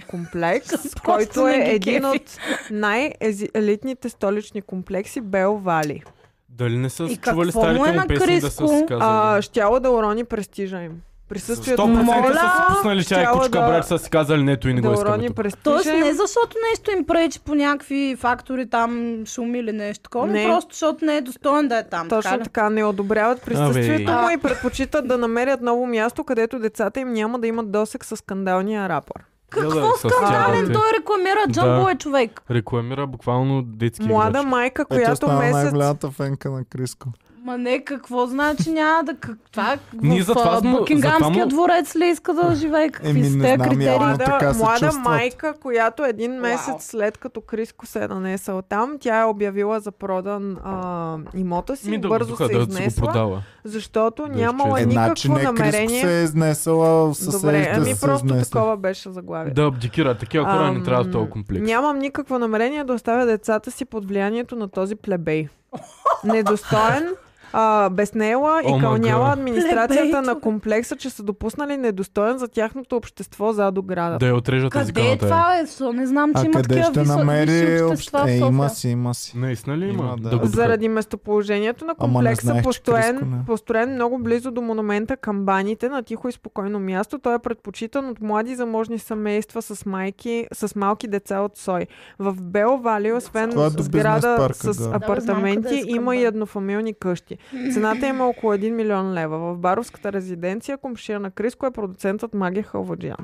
C: комплекс,
B: Просто
C: който
B: не
C: е
B: ги
C: един
B: кефи.
C: от най-елитните столични комплекси Бел Вали.
E: Дали не са
B: И
E: чували
B: какво му е
E: старите
B: на
E: му песни да
B: Криско?
E: са се
C: А,
E: казали?
C: щяло да урони престижа им. Присъствието
E: 100% са си
B: Моля,
E: пуснали чай
C: щяла
E: кучка,
C: да-
E: брат, са си казали нето и не
C: да
E: го искаме
C: урони
E: тук.
C: престижа
B: Тоест не
C: им.
B: защото нещо им пречи по някакви фактори там, шум или нещо такова, но
C: Не.
B: просто защото не е достоен да е там.
C: Точно
B: ли?
C: така, не одобряват присъствието
B: Абе.
C: му и предпочитат да намерят ново място, където децата им няма да имат досек с скандалния рапър.
E: Я
B: Какво
E: да, с тях
B: скандален?
E: да те-
B: Той рекламира джамбо е човек.
E: Рекламира буквално детски
C: Млада
E: играчки.
C: майка,
A: Ето
C: която
A: стана
C: месец...
A: най-голямата фенка на Криско.
B: Ма не, какво значи няма да... Как, това е
E: Ние
B: в
E: затова
B: а,
E: сме- затова
B: Букингамския
E: му-
B: дворец ли иска да живее? Какви
A: Еми,
B: са
A: не
B: тези
A: знам,
B: критерии?
A: явно. така
C: Млада,
A: се
C: млада
A: чувстват.
C: майка, която един месец
B: Вау.
C: след като Криско се е нанесъл там, тя е обявила за продан а, имота си,
E: Ми да го
C: бързо
E: духа,
C: се
E: да си го
C: изнесла,
E: продава.
C: защото
E: Да
C: нямала
E: изчезне.
A: Е, значи
C: никакво
A: не Криско
C: намерение.
A: се е изнесела,
C: Добре,
A: съседите
C: ами
A: са се
C: просто
A: изнесли.
C: такова беше заглавие.
E: Да абдикира, такива хора не
C: Ам,
E: трябва толкова комплекс.
C: Нямам никакво намерение да оставя децата си под влиянието на този плебей. Недостоен, а, безнела
E: Oh
C: и
E: my
C: кълняла
E: God.
C: администрацията
B: Плебей,
C: на
B: човек.
C: комплекса, че са допуснали недостоен за тяхното общество за до града.
E: Да я отрежат
B: Къде е
E: езиканата.
B: това е? Со, не знам, че
A: А
B: има
A: къде
B: такива
A: ще
B: висо...
A: намери
B: висши
A: общество?
B: общества
A: Е,
B: в София.
A: има си, има си.
E: Наистина ли
A: Има,
E: има?
A: да.
E: Да го духа.
C: Заради местоположението на
A: Ама не
C: комплекса,
A: знаех, че
C: построен,
A: Криско не е.
C: построен много близо до монумента Камбаните на тихо и спокойно място, той е предпочитан от млади заможни семейства с, майки, с малки деца от Сой. В Бел Вали, освен
A: Това е до
C: сграда
A: бизнес парка,
C: с
A: да.
B: Да, бе, знам
C: апартаменти,
B: къде е
C: има и
B: Камбан.
C: еднофамилни къщи. Цената им е около 1 милион лева. В баровската резиденция комшия на Криско е продуцентът Маги Халваджия.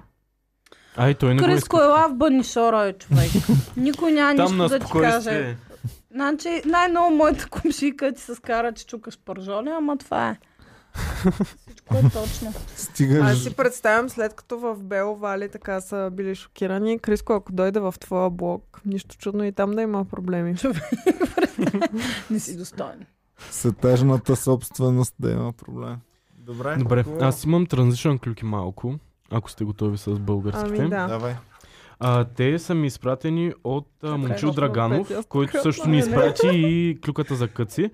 E: Ай, той не го
B: Криско
E: иска.
B: ела в Банишора е човек. Никой няма
E: Там
B: нищо
E: на
B: да ти каже.
E: спокойствие.
B: Значи най-ново моята комшийка ти се скара, че чукаш пържоли, ама това е. Всичко е точно.
A: Стигаш
C: Аз си представям след като в Бел Вали така са били шокирани. Криско, ако дойде в твоя блог, нищо чудно и там да има проблеми.
B: Не си достоен.
A: сетежната собственост да има проблем. Добре.
E: Добре,
A: хубаво.
E: аз имам транзишън клюки малко, ако сте готови с българските.
C: Ами да.
A: Давай.
E: А, те са ми изпратени от а,
C: Добре,
E: Момчил
C: точно
E: Драганов,
C: пет, аз
E: който
C: така
E: също ни
C: правя.
E: изпрати и клюката за къци.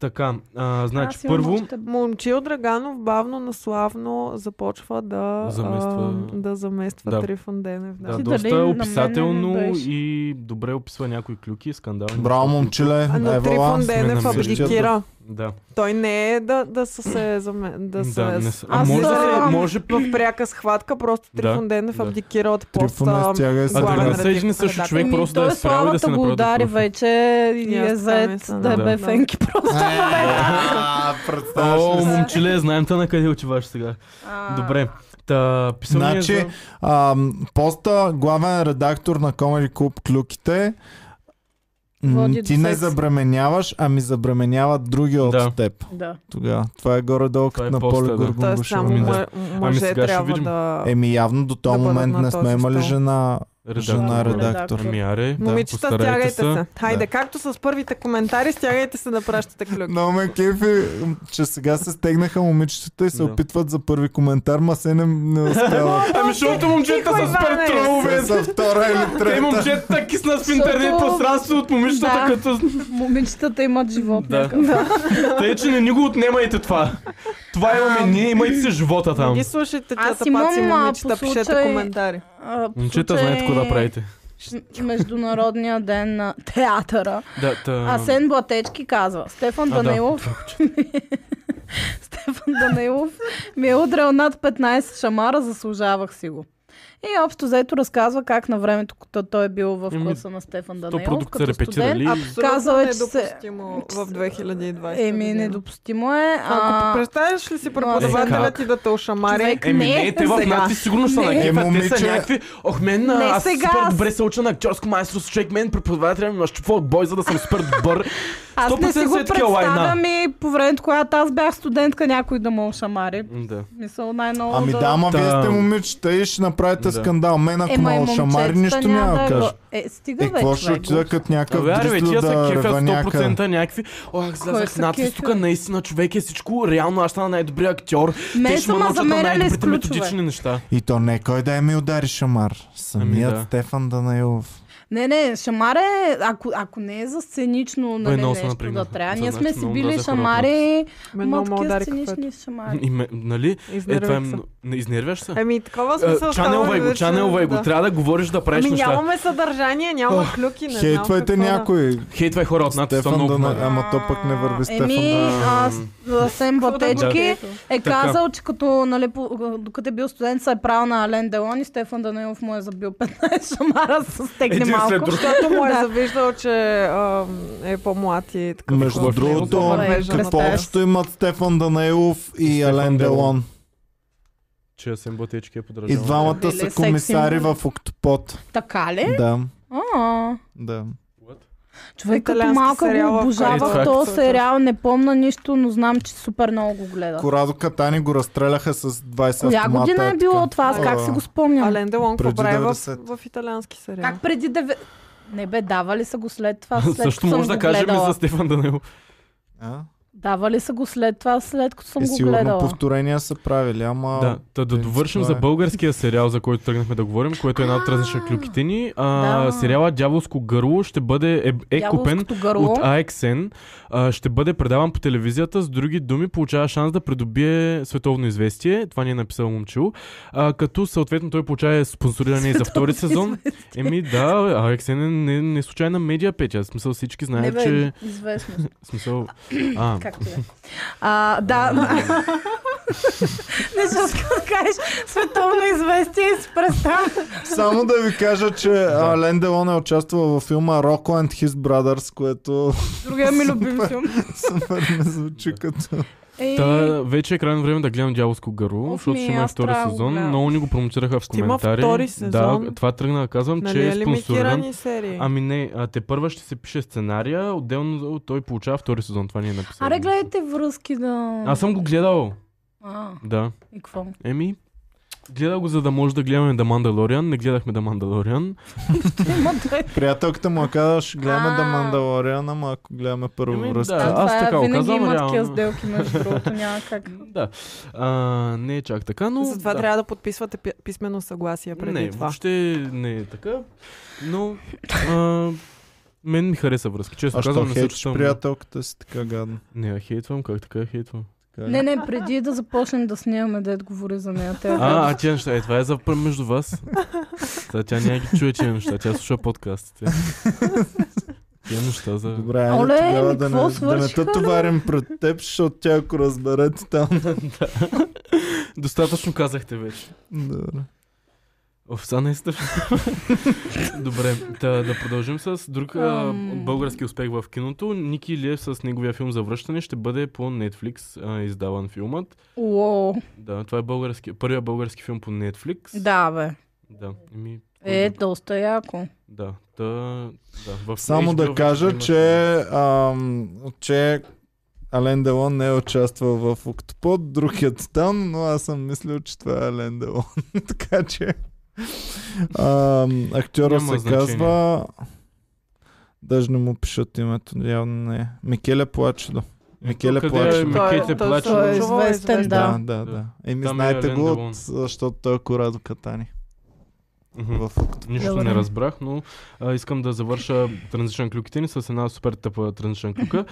E: Та Така, а, значи
B: Аз имам
E: първо...
B: още-
C: Момчил Драганов бавно наславно започва да
E: Замества.
C: а, да замества
E: Да.
C: Трифон Денев. Да.
E: Да,
B: Ти Значи дали
E: доста
B: на мен не
E: описателно
B: беше?
E: и добре описва някои клюки, скандални.
A: Браво, момчиле,
C: А, но
A: евала.
C: Трифон Денев
E: на
A: същия
C: абдикира.
E: Да.
C: Той не е да, да са се заме... да, се
E: да, не са. А
B: Аз
E: може, да,
B: съм-
E: може
C: в пряка схватка, просто
E: Да,
C: Трифон Денев
E: да.
C: абдикира от
A: Трифон не
C: поста.
A: стяга и
E: А
C: Главен
E: да не
A: сега.
E: се
C: редактор,
E: изни също
C: редактор.
E: човек
B: Еми,
E: просто да
B: Ами, той
E: е спрял и да
B: славата
E: се
B: го
E: направи
B: удари
E: такова.
B: вече и
C: И
B: е
C: аз така
B: зает
C: мисля,
B: да
E: да.
B: бе фенки просто.
A: Е, А, Представяш ли
E: О,
A: си?
E: момчеле, знаем та на къде отиваш сега. Добре. Та, писал ми е
A: Значи,
E: за...
A: а, м, поста главен редактор на Comedy Club Клюките м,
B: Води до
A: ти не
B: секс.
A: забременяваш, ами забременяват други от
E: Да.
A: теб.
B: Да
A: Тогава. Това е горе-долу
E: Това
A: като на
E: е поста,
A: Поле
E: да.
A: Гургунгушева.
C: Тоест само
E: Ами да.
C: мъ- мъже
E: сега ще
C: трябва
E: видим.
C: да...
A: Еми явно до този
C: Да бъдат
A: момент
C: на
A: не
C: този
A: сме имали
C: стол.
A: жена, жена
E: редактор.
A: редактор.
B: редактор.
E: Ами аре, да,
C: Момичета,
E: постарайте
C: стягайте се. Хайде,
A: Да.
C: както с първите коментари, стягайте се да пращате клюк.
E: Ами,
A: Но ме кефи, че сега се стегнаха момичетата и се
E: Да.
A: опитват за първи коментар, ма се не, не успяват.
E: Ами защото момчета
C: Тихо,
E: са
C: Иване!
E: супер тролове.
A: Те са втора или
E: Те
A: трета.
E: момчета киснат в интернет
B: Защото-
E: пространство от момичетата
B: Да.
E: като...
B: Момичетата имат живот.
E: Да.
B: някакъв.
E: Тъй, че не ни го отнемайте това. Това имаме ние, имайте си живота
C: Не
E: там.
C: ги слушайте,
B: Аз
C: чата паци
B: имам, а,
C: момичета,
B: по
C: пишете
B: случай-
C: коментари.
B: А, по
E: Момчета,
B: случай
E: знаете какво да правите.
B: ш- Международния ден на театъра.
E: Да, та...
B: Асен Блатечки казва, Стефан
E: А, да.
B: Данилов, Стефан Данилов ми е удрял над 15 шамара, заслужавах си го. И общо заето разказва как на времето, като той е бил в
E: Еми,
B: класа на Стефан
E: То
B: Данилов,
E: продукт са
B: като студент.
E: репетирали.
B: Казал е, че се-
C: недопустимо в 2020
B: Еми,
C: година.
B: недопустимо е.
C: Ако
B: А,
C: представяш ли си
E: Е,
C: преподавателя
E: как?
C: ти да те ошамари,
B: Човек,
E: Еми,
B: не,
E: не, те в
B: сега.
E: надпис сигурно са
B: Не.
E: на
A: Е,
E: Те
A: момиче.
E: са някакви. Ох, мен, а,
B: Не
E: аз
B: сега,
E: супер
B: аз-
E: добре се уча на актьорско майсторство. Човек, мен преподавателя ми ме щупва от бой, за да съм супер добър.
B: аз не
E: 100%
B: си го
E: са е такива лайна.
B: представям и по времето, когато аз бях студентка, някой да ме ошамари.
E: Да.
B: Мисъл най-ново
A: Ами
B: да...
A: да, ама вие
E: Та.
A: сте момичета и ще направите
E: Да.
A: скандал. Мен ако
B: Ема и
A: ме шамари,
B: Е, момчетата
A: нищо няма да
B: да го-
A: кажа.
B: Е, стига
A: Е,
B: бе,
A: какво ще
B: човек,
A: отида
B: бе.
A: като някакъв
E: Абе, бе,
A: дрисло
E: тия са
A: да
E: кефят
A: рева
E: 100%
A: някъде?
E: някакви. Ох,
B: Кой
E: слязах
B: са
E: надпис
B: кефят?
E: тук, наистина, човек е всичко. Реално, аз стана най-добрият актьор.
B: Мен
E: Те ще
B: са
E: ме
B: ма
E: научат на
B: замеряли с
E: най-добрите
B: ключове.
E: методични неща.
A: И то не кой да е ми удари шамар. Самият
E: Ами да.
A: Стефан Данаилов.
B: Не, не, шамар е, ако, ако не е за сценично, нали,
E: много се
B: нещо да
E: напрегнаха.
B: трябва.
E: За
B: Ние сме
E: начин
B: си
E: много
B: били
E: даде
B: шамари,
C: мен
B: ма
C: много ме
B: такива
C: удари
B: сценични
C: кафето.
B: шамари.
A: Ами,
E: И ме- Нали? Е, това е...
C: Изнервих се.
E: мно- не, Изнервяш се?
C: Еми, такова
E: Е,
C: смисъл.
E: Чанелвай го, чанелвай го. Трябва да говориш, да правиш
C: Ами
E: неща.
C: нямаме съдържание, няма клюки, не знам
A: Хейтвайте
C: какво да-
A: някой.
E: Хейтвай е хора от надпис,
A: Стефан
E: много
A: Дана...
E: ме-
A: Ама то пък не върви
B: Еми,
A: Стефан.
B: аз, Асен
C: Какво да
B: Батечки
C: го-
B: е
E: Така.
B: казал, че като, нали, по- докато е бил студент, се е правил на Ален Делон и Стефан Данилов му е забил 15 шамара с стегне
E: Един след
B: малко.
E: друг.
C: Защото му е
B: Да.
C: завиждал, че а, е по-млад и така. е
A: Между
E: Хубав
C: филм.
A: другото,
C: Добре,
A: какво
C: представя.
A: общо имат Стефан Данаилов и
E: Стефан
A: Ален
E: Делон.
A: Делон?
E: Че Асен Блатечки е подражал.
A: И двамата
B: Били
A: са
B: секси Е?
A: комисари
B: много.
A: в Октопод.
B: Така ли?
A: Да,
B: А,
A: да.
B: човек като
C: Италиански
B: малка
C: сериал, в
B: го
C: който-
E: Е,
B: обожавах този
C: факт.
B: сериал, не помна нищо, но знам, че супер много го гледах.
A: Корадо Катани го разстреляха с 20
B: Коя
A: автомата.
B: година е
A: така.
B: било това? Аз как
A: А,
B: си го спомням?
C: Ален Делон
A: Преди
C: прави в,
A: 90.
C: в италиански сериал.
B: Как преди да... ве- Не бе, давали са го след това, след
E: Е, Също
B: като съм
E: може да
B: го
E: кажем и
B: гледала.
E: за Стефан Данилов.
A: А?
B: Давали са го след това, след като съм
A: Е,
B: го
A: сигурно
B: гледала.
A: повторения са правили, ама...
E: Да, та да
A: принцип,
E: довършим
A: това
E: за
A: е.
E: българския сериал, за който тръгнахме да говорим, което е една от различни клюките ни. А,
B: Да.
E: Сериала Дяволско гърло ще бъде е, е купен
B: Дяволското гърло.
E: от AXN. А, ще бъде предаван по телевизията. С други думи, получава шанс да придобие световно известие. Това ни е написал момчил. А, като съответно той получава спонсориране и за втори сезон. Еми да, AXN е не, не случайна медиа, Петя. В смисъл всички
B: Не
E: знаят,
B: бе,
E: че...
B: известно.
E: В смисъл... А,
B: Както е. А, да. Не ще искам да кажеш световно известие и си представям.
A: Само да ви кажа, че а, Лен Делон е участвал във филма Rocco and His Brothers, което
B: Другия ми любим филм.
A: супер не звучи
E: Да.
A: като...
B: Ей,
E: Та, вече е крайно време да гледам Дяволско гърло,
B: Оф,
E: защото
B: ми,
E: ще има и
B: аз
E: втори
B: трябва да го
E: сезон.
B: гледам.
E: Много ни го промотираха в
C: Ще има
E: коментари.
C: втори
E: Да,
C: сезон.
E: това тръгна да казвам,
C: Нали
E: че
C: е
E: е спонсориран.
C: лимитирани серии?
E: Ами не, а, те първа ще се пише сценария, отделно той получава втори сезон, това ни е написано.
B: Аре, гледайте връзки да...
E: Аз съм го гледал,
B: А,
E: да.
B: и какво?
E: Еми, гледал го, за да може да гледаме The Mandalorian. Не гледахме The Mandalorian.
B: Има две
A: Приятелката му каза, ще гледаме
B: А.
A: да Мандалориан, ама ако гледаме първо
E: Еми,
A: връзка.
E: да.
B: Да,
E: аз
B: това е,
E: така го
B: винаги
E: казвам,
B: има
E: реално.
B: такива сделки, между другото, няма как.
E: Да. А, не е чак така, но...
C: Затова
E: да.
C: трябва е да подписвате пи- писмено съгласие преди
E: не,
C: това.
E: въобще не е така. Но... А, мен ми хареса връзки. Честно
A: А що
E: казвам, не се
A: хейтиш
E: чувствам.
A: приятелката си така гадно?
E: Не, я хейтвам, как така я хейтвам?
A: Така,
B: Не, не, преди да започнем да снимаме, дед говори за нея. Тя
E: А, а тия неща, е, това е за пр- между вас. Сега тя няма ги чуе тия неща, тя слуша подкастите. Тия неща за...
A: Добре, Оле,
B: Оле,
A: тогава
B: ми
A: да
B: какво
A: не, да не
B: свършиха, нали?
A: те
B: бе?
A: товарим пред теб, защото тя ако разберете там.
E: Достатъчно казахте вече.
A: Добре.
E: Оф, са не Добре, да, да продължим с друг а,
B: Ам.
E: български успех в киното. Ники Илиев с неговия филм за връщане ще бъде по Netflix а, издаван филмът.
B: Уоу.
E: Да, това е български, първия български филм по Netflix.
B: Да, бе.
E: Да, еми,
B: Е, доста яко.
E: да, та, да, в
A: Само
E: HBO
A: да
E: вече
A: кажа,
E: има-
A: че, ам, че Ален Делон не е участвал в Октопод, другият там, но аз съм мислил, че това е Ален Делон. така че ам, актьора
E: Няма
A: се
E: значение.
A: казва... Даже не му пишат името, явно не е. Микеле Плачедо. Микеле
E: Къде е
A: Плачедо.
E: Микеле? Мекете
C: той
E: плачат.
C: се
B: Той е
C: чува,
B: известен,
A: Да,
B: да.
A: да, да. Еми,
E: Там е
A: знаете
E: Ален
A: го,
E: Делон.
A: от- защото той е Корадо Катани.
E: Мгм.
A: В Октопод.
E: Нищо
B: Добре.
E: не разбрах, но а, искам да завърша транзишън клюките ни с една супер тъпа транзишън клюка.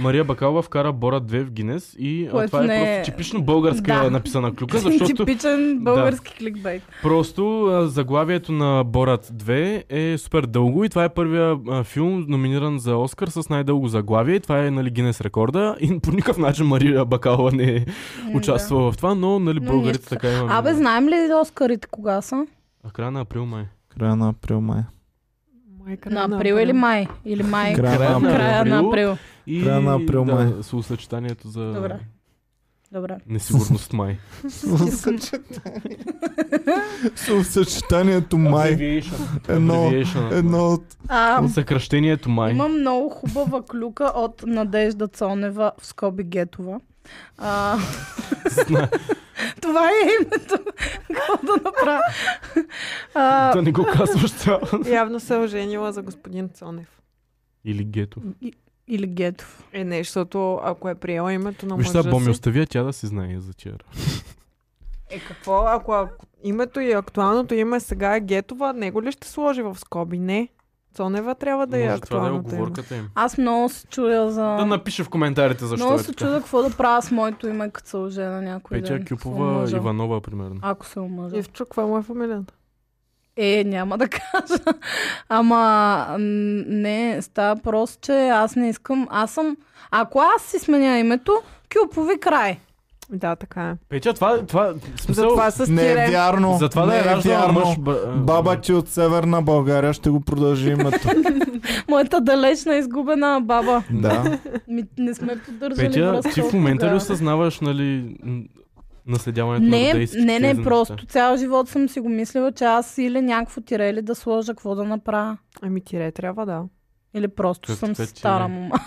E: Мария Бакалова вкара Бора 2 в Гинес и а,
B: Което
E: това е
B: не е-
E: просто типично българска
B: Да.
E: написана клюка, защото
B: Типичен
E: Да.
B: български кликбейт.
E: просто а, заглавието на Борат 2 е супер дълго и това е първия а, филм номиниран за Оскар с най-дълго заглавие. И Това е нали, Гинес рекорда и по никакъв начин Мария Бакалова не е
B: М,
E: участвала в това, но нали,
B: Но
E: българите
B: нищо.
E: така
B: Ами да.
E: имаме.
B: Абе, знаем ли Оскарите кога са?
E: А края на април май.
A: Края на април май.
C: Майка
B: На април или май? Или май?
A: Края на
B: Края на
E: април.
B: април.
E: И
A: Края на април
E: да,
A: май.
E: словосъчетанието за
B: Добре. Добре.
E: несигурност май.
A: Съчетанието май. Едно,
E: Abbreviation.
A: едно от...
B: А,
E: Съкръщението май.
B: Имам много хубава клюка от Надежда Цонева в скоби Гетова. А... Това е името. Какво да направя? А,
E: Да не го казваш цяло.
C: Явно се е оженила за господин Цонев.
E: Или гето.
B: и- Или Гетов.
C: Е, не, защото ако е приела името на
E: Виж
C: мъжа
E: сега, Боми,
C: си...
E: остави я тя да си знае за тя.
C: Е, какво? Ако, ако името и актуалното име сега е Гетова, него ли ще сложи в скоби? Не. Цонева трябва да е
E: Може това да е
C: актуалното име.
E: оговорката им.
B: Аз много се чудя за...
E: Да напише в коментарите защо
B: много
E: е
B: се
E: така.
B: чудя какво да правя с моето име, като се ожена някой
E: Петя
B: ден.
E: Кюпова
B: Омъжа.
E: Иванова, примерно.
B: Ако се омъжа.
C: Ивчо, каква му е фамилията?
B: Е, няма да кажа. Ама, м, не, става просто, че аз не искам. Аз съм... Ако аз си сменя името, Кюпови край.
C: Да, така е.
E: Петя, това... това в смисъл,
C: Затова с
A: Не е
C: тире.
A: вярно.
E: затова
A: не
E: да е раждала
A: вярно.
E: мъж... бра- а,
A: Баба ти от Северна България ще го продължи името.
B: Моята далечна изгубена баба.
A: да.
B: Ми, не сме поддържали
E: Петя,
B: връзка
E: ти в
B: от
E: момента ли
B: тогава.
E: осъзнаваш, нали, м, наследяването на
B: не,
E: рода и всички
B: не,
E: тези
B: не,
E: неща?
B: просто цял живот съм си го мислила, че аз или някакво тире или да сложа, какво да направя.
C: Ами тире трябва, да.
B: Или просто
E: Как
B: съм
E: така
B: си
E: тире?
B: стара мома.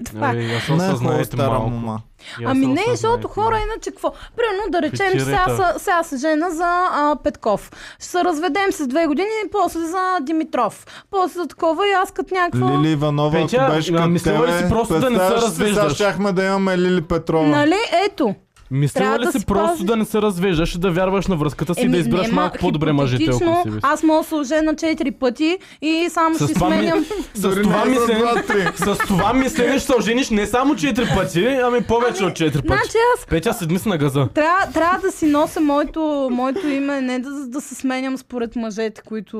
B: И това е.
E: Абе, я се
A: Не е хубаво
E: осъзнаете
A: стара
E: малко.
A: мума.
E: Я се
B: Ами не,
E: осъзнаете
B: защото хора
E: малко.
B: иначе какво? Примерно да речем, че сега,
E: Фитирета.
B: са- сега се жена за а, Петков. Ще се разведем с две години, после за Димитров. После за такова и аз като някаква...
A: Лили Иванова,
E: Петя,
A: ако беше
E: а,
A: към
E: мислила ли
A: тебе,
E: си просто да не се
A: представяш ли си, сега
E: развеждаш?
A: щяхме да имаме Лили Петрова.
B: Нали? Ето. Трябва
E: Мислила ли
B: да
E: си
B: си
E: просто
B: пази.
E: да не се развеждаш и да вярваш на връзката си и да избираш
B: нема,
E: малко по-добре мъжете около
B: хипотетично,
E: себе си?
B: Аз мога да се ожена четири пъти и само
E: С
B: ще
E: това ми-
B: сменям...
E: С
A: Дори
E: това
A: не за
E: мислене,
A: два-три.
E: с това мислене ще се ожениш не само 4 пъти, ами повече от 4 пъти.
B: Значи аз
E: Петя седми си на газа.
B: Трябва, трябва да си нося моето, моето име, не да, да се сменям според мъжете, които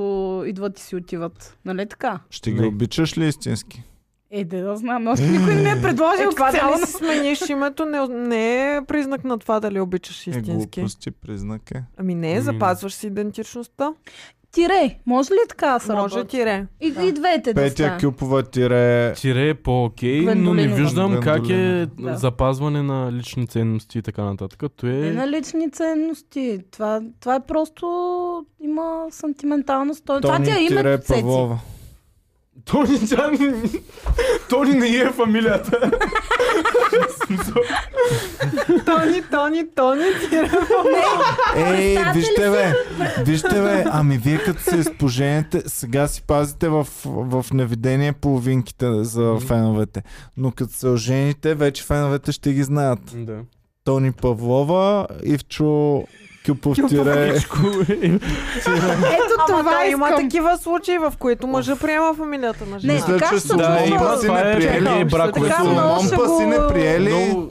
B: идват и си отиват. Нали така?
A: Ще ги
E: Не.
A: обичаш ли истински?
B: Е, да, да знам. Още никой не ми е
C: Е,
B: предложил
C: това дали
B: официално.
C: си смениш името не, не е признак на това дали обичаш
A: Е,
C: истински.
A: глупости, признак е.
C: ами не,
E: Ами,
C: запазваш си идентичността.
B: Тире, може ли така да се
C: Може
B: работи?
C: тире.
B: И, и двете да
A: Петя
B: стане.
A: Кюпова тире
E: Тире е по-окей, но не
B: Гвендолинова.
E: виждам как е
B: Гвендолинова. Да.
E: запазване на лични ценности и така нататък. То
B: Не
E: е...
B: на лични ценности. Това, това е просто има сантиментална стойност. Това
A: Тони
B: ти е име
A: тире
B: Цеци.
A: Павлова.
E: Тони Джан... Тони не е фамилията.
C: Тони, Тони, Тони, тире.
A: Ей,
B: Представяте ли
A: вижте бе, вижте бе, ами вие като се изпожените, сега си пазите в, в невидение половинките за феновете. Но като се ожените, вече феновете ще ги знаят.
E: Да.
A: Тони Павлова, Ивчо Кюпов тире.
E: е-
B: Ето
C: Ама
B: това
C: да, има
B: искам.
C: такива случаи, в които мъжа приема фамилията на жена.
B: Не,
A: Мисля,
B: така
A: че
B: ще се
E: Да,
B: случва.
E: има
A: Соломон си
E: това
A: не
E: е
A: приели.
E: приели бракове.
C: Така, но-
B: много ще
A: Соломон па си не
B: го-
A: приели.
E: Много-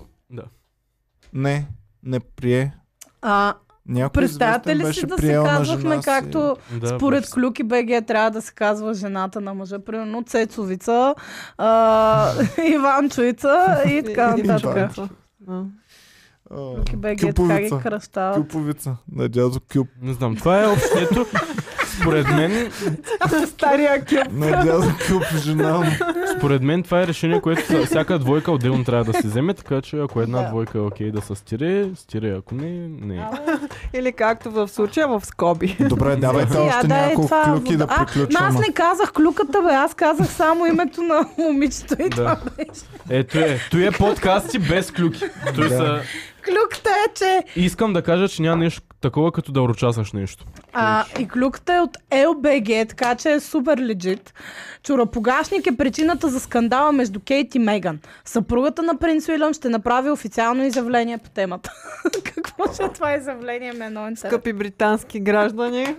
A: Не, не прие.
B: А,
A: Някой
B: представяте
A: известен
B: ли си
A: беше
B: да се
A: приел на
B: казвахме
A: жена си.
B: както
E: Да,
B: Според
E: бе.
B: Клюки БГ трябва да се казва жената на мъжа, примерно Цецовица, а, Иванчовица и така
C: И- и-
B: нататък.
C: Да.
A: А,
B: Клюки БГ така ги
A: Кюповица.
B: кръщават.
A: Кюповица. На дядо Кюп.
E: Не знам, това е общото. Според мен,
C: е Стария кюб.
A: На дядо Кюп жена му.
E: според мен това е решение, което са- всяка двойка отделно трябва да се вземе, така че ако една
B: Да.
E: двойка е окей да се стире, стире, ако не, не.
C: Или както в случая в скоби.
A: Добре, давайте
B: Сега
A: още няколко клюки да
B: е а, но аз
A: приключваме.
B: не казах клюката, бе. Аз казах само името на момичето и
E: Да.
B: това беше.
E: Ето е, той е подкасти без клюки. Той
A: Да.
E: са...
B: Клюката е, че...
E: И Искам да кажа, че няма нещо такова, като да урочасаш нещо.
B: А, и клюката е от LBG, така че е супер легит. Чурапогашник е причината за скандала между Кейт и Меган. Съпругата на принц Уилям ще направи официално изявление по темата. Какво ще е това изявление, ме е много интересно.
C: Скъпи британски граждани,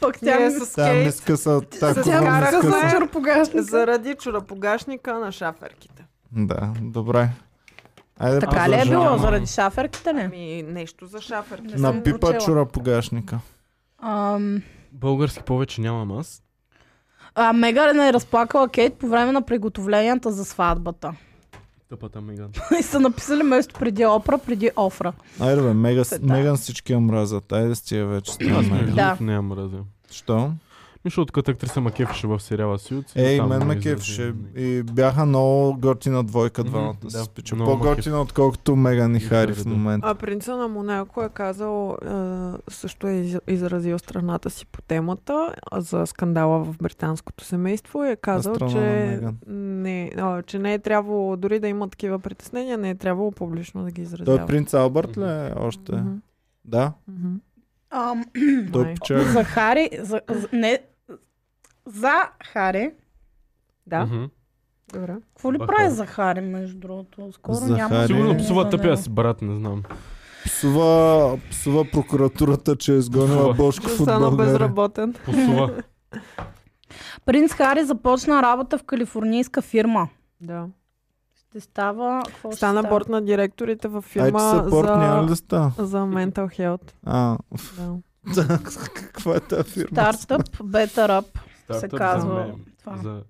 B: Пък тя
C: ние
B: ми
C: с
A: Та ми
C: Кейт
A: скъса, та
C: С
A: кога ми
C: караха
A: скъса.
B: разказа
C: за-
B: чурапогашника.
C: заради чурапогашника на шаферките.
A: Да, добре. Айде,
B: Така ли е
E: Продължаваме.
B: било? Заради шаферките не?
C: Ами нещо за шаферки.
B: Не съм
A: На пипа
B: прочела.
A: чурапогашника.
B: Ам,
E: Български повече нямам аз.
B: А Меган е разплакала Кейт по време на приготовленията за сватбата.
E: Тъпата Меган.
B: И са написали место преди Опра, преди Офра.
A: Айде бе, Меган,
B: Та, да.
A: Меган всички я мразят. Айде с тия вече. с тия Меган.
B: Да.
E: Да. Не я мразя.
A: Що?
E: Мишо, от като актриса ма кефеше в сериала Сюц.
A: Ей, мен е- ме кефше. И бяха много готина двойка
E: Мгм,
A: двамата
E: да.
A: си пича.
E: Много ме
A: По-готина, отколкото Меган и
E: И
A: Хари
E: Хари,
A: в
E: да.
A: момента.
C: А принца на Монако е казал, е, също е из- изразил страната си по темата а, за скандала в британското семейство и е казал,
A: страна на
C: че
A: Меган.
C: не, а, че не е трябвало, дори да има такива притеснения, не е трябвало публично да ги
A: Той
C: изразява.
A: е принц Албърт ли е още?
C: Мгм,
A: Да,
C: мгм.
B: Ам,
A: той
C: Май.
A: печели.
B: за Хари... За, за, не, за Хари...
C: Да, добре.
B: Какво ли
E: Баха.
B: прави за Хари, между другото? Скоро
A: За
B: няма...
A: Хари-
E: Сигурно
B: думи
E: псува
B: за
E: тъпя
B: него.
E: си брат, не знам.
A: Псува, псува прокуратурата, че е изгонила
E: Псува.
A: Бошков от
C: Стана
A: България.
C: безработен.
E: Псува.
B: Принц Хари започна работа в калифорнийска фирма.
C: Да.
B: Ще става... Какво ще
C: Стана
B: става?
C: борт на директорите в
A: Айде
C: фирма
A: съпорт няма ли
C: за,
A: да ста?
C: за mental health.
A: А,
C: Да.
A: каква е тази фирма?
B: Стартъп, Better Up се
E: Стартъп за
B: казва.
E: мен.
B: Това.
E: За...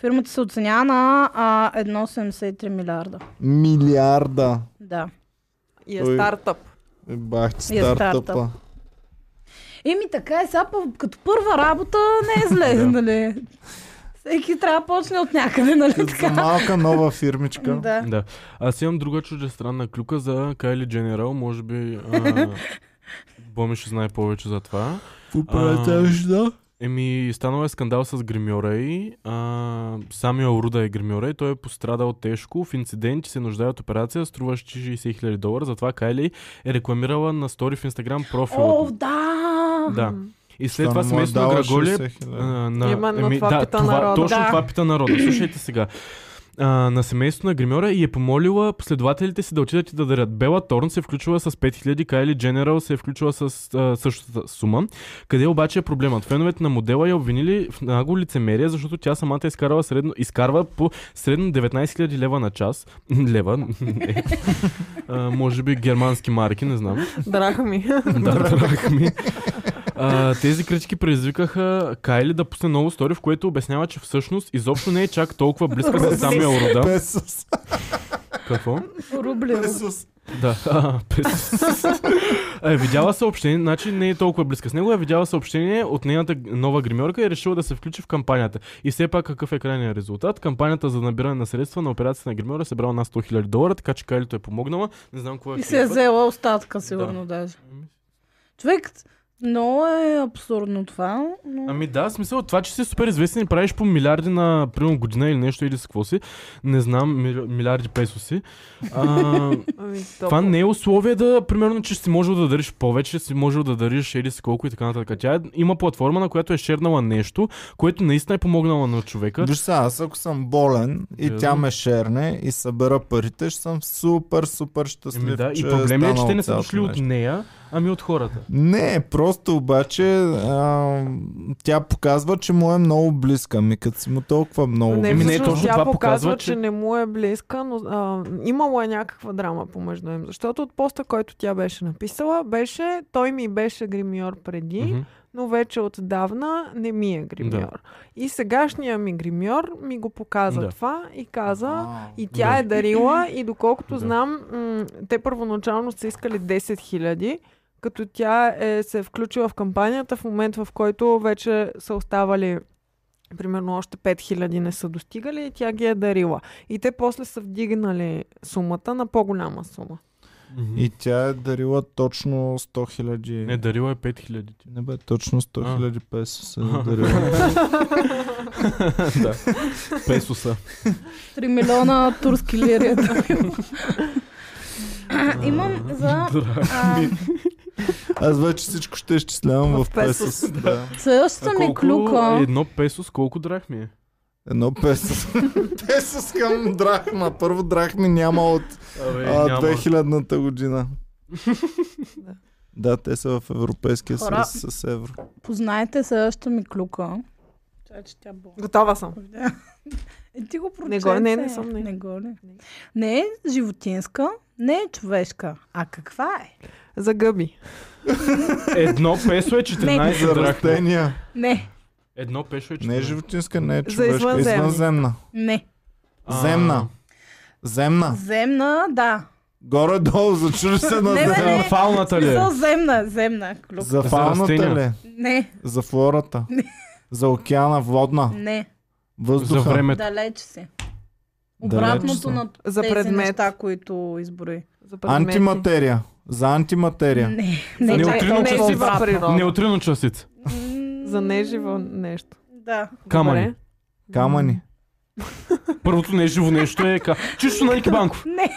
B: Фирмата се оценява на а, 1,73 милиарда.
A: Милиарда.
B: Да.
C: И е
A: Той-
C: стартъп.
A: Бах, ти
B: И е стартъп.
A: стартъпа.
B: Еми така е, сега пъл- като първа работа не е зле,
E: Да.
B: нали? Всеки трябва да почне от някъде, нали
A: Е, За
B: така?
A: малка нова фирмичка.
B: Да.
E: Да. Аз имам друга чуждестранна клюка за Кайли Дженерал, може би... А... Боми ще знае повече за това.
A: Попретеш, да?
E: Еми, станал е скандал с гримьора и а, Самюел Руда е гримьора и той е пострадал тежко в инцидент, че се нуждае от операция, струващи 60 000 долара, затова Кайли е рекламирала на стори в инстаграм профила.
B: О, да!
E: да. И след
A: Що
E: това
A: не му е
E: семейството на
A: дала
E: Граголи
A: 60 000?
E: а, на,
C: Именно това
E: да,
C: пита
E: това,
C: народа.
E: Точно
B: Да.
E: това пита народа. Слушайте сега. А, на семейството на гримьора и е помолила последователите си да отидат и да дарят. Бела Торн се е включила с 5000, Кайли Дженерал се е включила с а, същата сума. Къде обаче е проблемът? Феновете на модела я обвинили в нагло лицемерие, защото тя самата е изкарала средно, изкарва по средно 19 000 лева на час. лева? Не. а, може би германски марки, не знам.
C: Драхми.
E: Да, драха ми. А, тези критики предизвикаха Кайли да пусне ново стори, в което обяснява, че всъщност изобщо не е чак толкова близка с Самюел Рода.
A: Песос.
E: Какво?
B: Рубли.
A: Песос.
E: Да. А, пес. А, е видяла съобщение, значи не е толкова близка с него, е видяла съобщение от нейната нова гримьорка и е решила да се включи в кампанията. И все пак какъв е крайният резултат? Кампанията за набиране на средства на операцията на гримьора е събрала над 100 000 долара, така че Кайлито е помогнала. Не знам кой е.
B: И се е
E: шефът.
B: взела остатка, сигурно даже. Човек, много е абсурдно това, но...
E: Ами да, в смисъл това, че си супер известен и правиш по милиарди на примерно година или нещо или с какво си, не знам, мили- милиарди песо си. А,
C: Ами,
E: това
C: топ.
E: не е условие да, примерно, че си можел да дариш повече, си можел да дариш или си колко и така нататък. Тя е, има платформа, на която е шернала нещо, което наистина е помогнало на човека.
A: Виж сега, аз ако съм болен и
E: Да.
A: тя ме шерне и събера парите, ще съм супер, супер щастлив,
E: Еми да, и
A: че
E: проблем е, че
A: станало
E: те не са
A: цялото
E: дошли от
A: нещо.
E: нея, Ами от хората.
A: Не, просто обаче а, тя показва, че му е много близка. Ми като си му толкова много
C: Не,
E: Еми, Ами не,
C: не,
E: точно
C: тя
E: това
C: показва,
E: показва,
C: че...
E: че
C: не му е близка, но а, имало е някаква драма помежду им. Защото от поста, който тя беше написала, беше той ми беше гримьор преди,
E: Мгм.
C: но вече отдавна не ми е гримьор. И сегашния ми гримьор ми го показа
E: Да.
C: това и каза,
A: Вау.
C: и тя
E: Да.
C: е дарила и доколкото
E: Да.
C: знам, м- те първоначално са искали 10 000, като тя е, се е включила в кампанията в момент, в който вече са оставали примерно още 5000 не са достигали и тя ги е дарила. И те после са вдигнали сумата на по-голяма сума.
A: И тя е дарила точно 100 хиляди.
E: Не, дарила е 5000.
A: не бе, точно 100
E: А.
A: хиляди песо се е дарила.
E: да. Песоса.
B: 3 милиона турски лири. е дал. Имам за... а,
A: Аз вече всичко ще изчислявам в
C: В песос,
A: песос. Да.
B: Следващата ми клюка...
E: Едно песос, колко драхми е?
A: Едно песос. песос към драхма. Първо драхми няма от
E: Абе,
A: а, 2000-та година. да, те са в Европейския
B: Хора.
A: съюз с евро.
B: Познайте следващата ми клюка. Чай, че тя бо.
C: Готова съм.
B: Е, ти го прочете.
C: Не го- не, не съм, не.
B: Не го ли? Не е животинска, не е човешка. А каква е?
C: За гъби.
E: Едно песо е 14
A: За
E: драхми.
A: растения.
B: Не,
E: Едно пешо е 14.
A: Не е животинска, не е
C: За
A: човешка.
C: извънземни.
A: Извънземна.
B: не.
E: А,
A: Земна. Земна.
B: Земна, да.
A: Горе-долу, зачули се на
B: Не, бе,
A: земна.
E: За фауната ли е?
B: Мисъл, земна, земна клюка.
A: За
E: За
A: фауната
E: растения.
A: ли?
B: Не,
A: За флората? За океана, водна,
B: не.
A: въздуха.
E: За времето.
B: Далеч си.
A: Далеч си.
B: Обратното на
C: За
B: тези
C: предмет.
B: неща, които изброи.
C: За предмети.
A: Антиматерия. За антиматерия.
B: Не,
C: За
B: не, е
E: Не,
B: чак
E: неутринно
B: толкова
E: частица.
C: нежива
B: обратно.
C: природа.
E: Неутрино частица.
B: М,
C: За неживо нещо.
B: Да.
E: Камъни.
C: Добре.
A: Камъни.
E: Първото не е живо нещо е ка... Чисто на Ники Банков.
B: Не,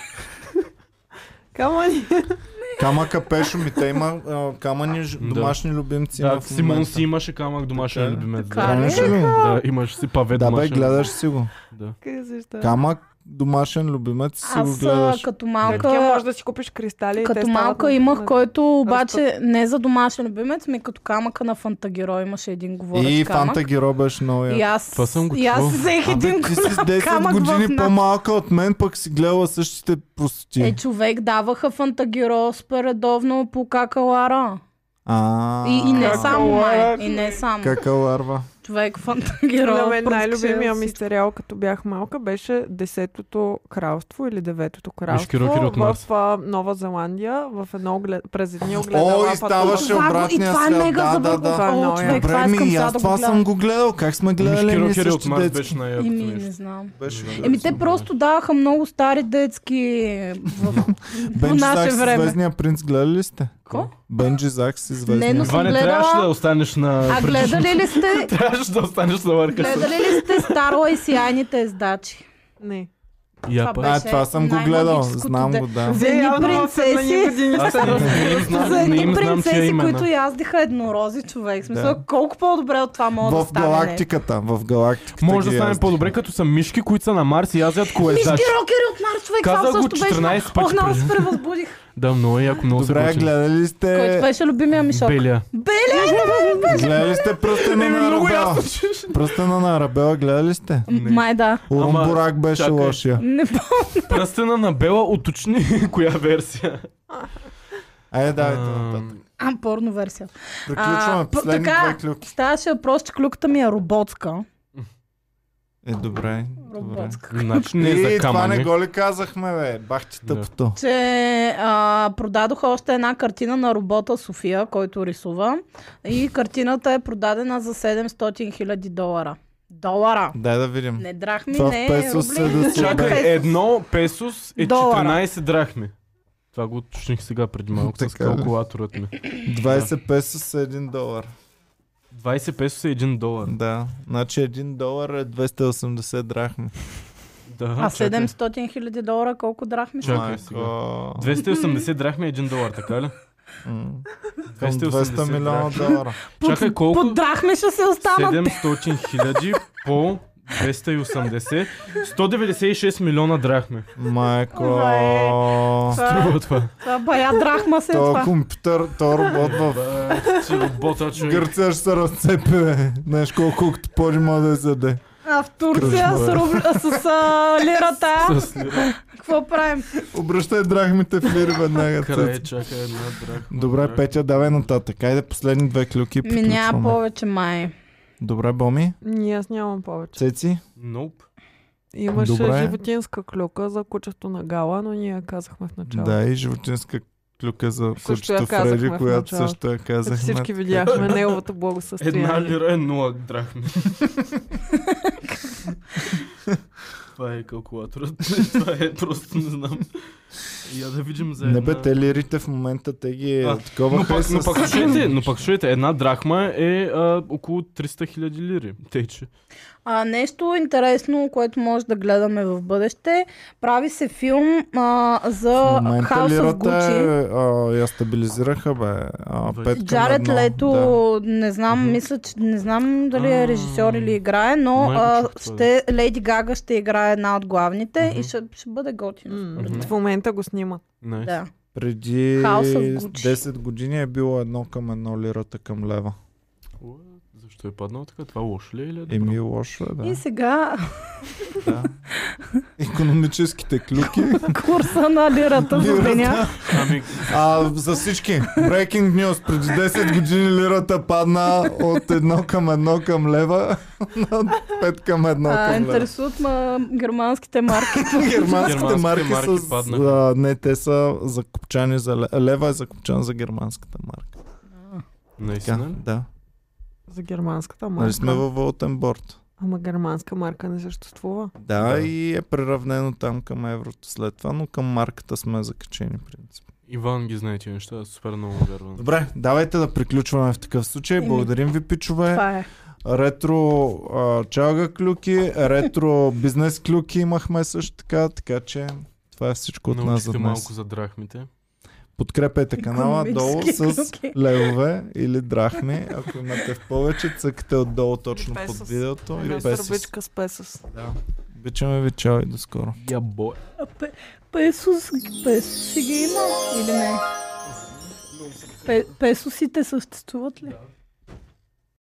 C: Камъни.
A: Камъка пешо ми. Те има а, камъни ж-
E: Да.
A: домашни любимци.
E: Да,
A: има в
E: Симон
A: момента.
E: си имаше камък домашен е
A: Така ли?
E: любимец.
B: Така
E: Да.
B: ли?
A: Храниш ли?
E: да, имаш си паве
A: Да бе,
E: домашен.
A: гледаш си го.
E: Да.
C: Къде защо?
A: Камък, домашен любимец, си го
B: аз а,
A: гледаш.
B: като
C: Такива
B: малка
C: може да си купиш кристали. и те
B: е като
C: стават
B: малка
C: на-
B: имах,
C: на-
B: който обаче не за домашен любимец, ми като камъка на фантагеро имаше един говорещ
A: И
B: камък.
A: Фанта Геро беше много
B: И
A: я.
B: аз,
E: Това съм го
B: и аз
E: чувал.
B: си взех един
A: Абе, ти си с 10
B: камък в
A: години
B: нас.
A: по-малка от мен, пък си гледала същите
B: Е,
A: простоти.
B: човек, даваха фантагеро спередовно по какалара.
A: А,
B: И, и не
C: Какалара,
B: само май. И не
C: човек.
B: само.
A: Кака ларва.
B: Човек, фантагеро.
C: На мен
B: пръскаше
C: най-любимия ми
B: всичко.
C: сериал, като бях малка, беше Десетото кралство или Деветото кралство
E: Рокери от
C: в
E: Марс.
C: а, Нова Зеландия, в едно оглед... през едни
A: О,
C: огледала.
A: и
C: в
A: ставаше
B: Това, го, и
A: обратния
B: това е
A: свят.
B: мега
A: Да, да,
B: забъркано.
A: да.
C: Това е
B: О,
C: много
B: човек,
C: яко.
B: това
A: Добре, ми
B: искам
A: и
B: сега
A: аз
B: да
A: това
B: го
A: съм
B: гледам.
A: го гледал. Как сме гледали
E: Мишки
A: ние
E: Рокери от
A: същите
E: Марс
A: детски?
E: беше най-якото
B: Еми, Ами не
E: нещо.
B: знам.
A: Беше
E: Да.
B: Еми, те просто даваха много стари детски в... по
A: Бенджи
B: наше
A: Закс и
B: време.
A: Звездния принц гледали ли сте?
B: Ко?
A: Бенджи Закс и Звездния
B: Не, но
A: принц.
B: съм
E: Това не
B: гледала.
E: трябваше да останеш на...
B: А гледали ли сте,
E: Трябваше да останеш на върха.
B: гледали ли сте Старла и сияйните ездачи?
C: Не.
E: Я
B: Това
E: па.
A: А,
B: беше
A: това съм го гледал.
B: най-магическото
A: Знам
B: де-
A: го, да.
B: За едни принцеси,
E: Аз не им знам,
B: за
E: не
B: едни
E: им знам, че е
B: принцеси, които
E: имена.
B: яздиха еднорози човек. В Смисъл,
A: Да.
B: колко по-добре от това може да
A: В
B: стане. нещо.
A: галактиката. В галактиката.
E: Може да
A: ги
E: стане
A: язди.
E: по-добре, като са мишки, които са на Марс и язят колезачи.
B: Мишки рокери от Марс, човек,
E: Казах
B: това
E: го
B: също беше.
E: 14
B: много-
E: пъти
B: Ох, много
E: преди.
B: се превъзбудих.
E: Да, много е яко, много се
A: Добре,
E: получи.
A: гледали ли
B: Който
A: сте...
B: беше любимия ми шок.
E: Белия.
B: Белия, да, бе, беше.
A: Гледали ли сте пръстена на Арабела? Пръстена на Арабела гледали ли сте?
B: Май да.
A: Урум
E: Ама,
A: Бурак беше
E: чакай.
A: лошия.
B: Не помня.
E: Пръстена на Бела уточни коя версия.
A: Айде, давайте
E: Ам,
A: нататък.
B: А, порно версия.
A: Приключваме
B: п-
A: последни
B: така.
A: две клюки.
B: Ставаше въпрос, че клюката ми е роботска.
A: Е, добре. добре.
B: Роботска.
E: Значи не е за
A: И това не
E: камъни.
A: го ли казахме, бе? Бах ти
E: Да.
A: тъпто.
B: Че а, продадоха още една картина на робота София, който рисува. И картината е продадена за 700 000 долара. Долара!
A: Дай да видим.
B: Не драхми,
A: Това в
B: не
A: песо се
B: рубли.
A: да се
B: не
E: Чакай,
B: песо.
E: едно песос е
B: Долара.
E: 14 драхми. Това го уточних сега преди малко с
A: Така е. ли?
E: калкулаторът ми.
A: 20 песо са 1 долар.
E: 20 песос е 1 долар.
A: Да, значи 1 долар е 280 драхми.
E: Да,
B: А
E: чакай.
B: 700 000 долара колко драхми ще?
E: Чакай сега. 280 драхми е 1 долар, така ли?
A: М, Към
E: 280
A: 200 милиона
E: драхми.
A: долара.
B: Под-
E: Чакай, колко?
B: Под драхми ще се останат.
E: 700 хиляди по 280, 196 милиона драхме.
A: Майко.
E: Струва това.
B: Това бая драхма се е
A: То
B: това.
A: компютър, то робот в
E: Ти Е, робота, човек.
A: Гърция ще се разцепи, бе. Знаеш колко колкото повече може да е. се даде.
B: А в Турция с,
A: Кръжмар.
B: руб... с а, лирата.
E: С лира.
B: Какво правим?
A: Обръщай драхмите в лири веднага.
E: Край,
A: цец.
E: чака една драхма.
A: Добре,
E: Драх-
A: Петя, давай нататък. Айде последни две клюки и
B: Ми няма
A: приключваме.
B: повече май.
A: Добре, Боми.
C: Ние аз нямам повече.
A: Цеци?
E: Nope.
C: Имаше
A: Добре.
C: животинска клюка за кучето на Гала, но ние я казахме в началото.
A: Да, и животинска клюка за
C: Също
A: кучето
C: я казахме
A: Фреди,
C: в
A: която
C: началото.
A: също я
C: Като
A: казахме.
C: всички видяхме неговото благосъстояние.
E: Една лира е 0 драхми. Това е калкулаторът. Това е просто не знам. Я да видим за една...
A: Не бе, те лирите в момента те ги
E: А, Но
A: таковаха
E: пак,
A: с...
E: но пак слушайте, но пак слушайте, една драхма е а, около 300 хиляди лири. Тече.
B: А, нещо интересно, което може да гледаме в бъдеще. Прави се филм а, за
A: В момента
B: House of
A: лирата
B: Gucci.
A: е, а, я стабилизираха, бе. А,
E: Въж-
A: пет към
B: Джаред
A: едно.
B: Лето,
A: Да.
B: не знам,
E: Мгм.
B: мисля, че не знам дали
E: А,
B: е режисьор или играе, но
E: майко,
B: а,
E: чух това,
B: ще, Леди Гага ще играе една от главните
E: Мгм.
B: и ще, ще бъде готино.
C: М,
E: Мгм.
C: В момента го снимат.
E: Nice.
B: Да.
A: Преди
B: House of Gucci.
A: 10 години е било едно към едно лирата към лева.
E: О, Защо е паднал така? Това лошо ли е или е добро?
A: Еми, лошо е, да.
B: И сега
A: да. Економическите клюки.
B: курса на лирата за деня.
E: Ами,
A: А, за всички. Breaking news. Преди 10 години лирата падна от едно към едно към лева на 5 към едно
B: А,
A: към лева.
B: интересуват ма германските марки.
A: Германските
E: Германските
A: марки,
E: марки
A: са...
E: паднаха.
A: А, не, те са закупчани за... ле- Лева е закупчан за германската марка. Така,
E: наистина ли?
A: да.
C: За германската
A: Нали сме
C: марка.
A: във вълтен борт.
C: Ама германска марка не съществува.
A: Да,
E: Да.
A: и е приравнено там към еврото след това, но към марката сме закачени принцип.
E: Иван ги знае тия неща, аз супер много му вярвам.
A: Добре, давайте да приключваме в такъв случай.
B: Еми,
A: Благодарим ви, пичове.
B: Това е.
A: Ретро а, чалга клюки, ретро бизнес клюки имахме също така, така че това е всичко от нас за
E: Научихте
A: днес.
E: малко за драхмите.
A: Подкрепете канала долу
B: Икономически
A: с
B: клюки.
A: левове или драхми, ако имате в повече, цъкате отдолу точно
C: И
A: под
C: песос.
A: видеото
C: Една
A: и песос.
C: сърбичка с песос.
A: Да. Обичаме ви, чао и до скоро.
E: Я бой.
B: А, пе- Песос, песос ще ги има или не? Пе- Песосите съществуват ли?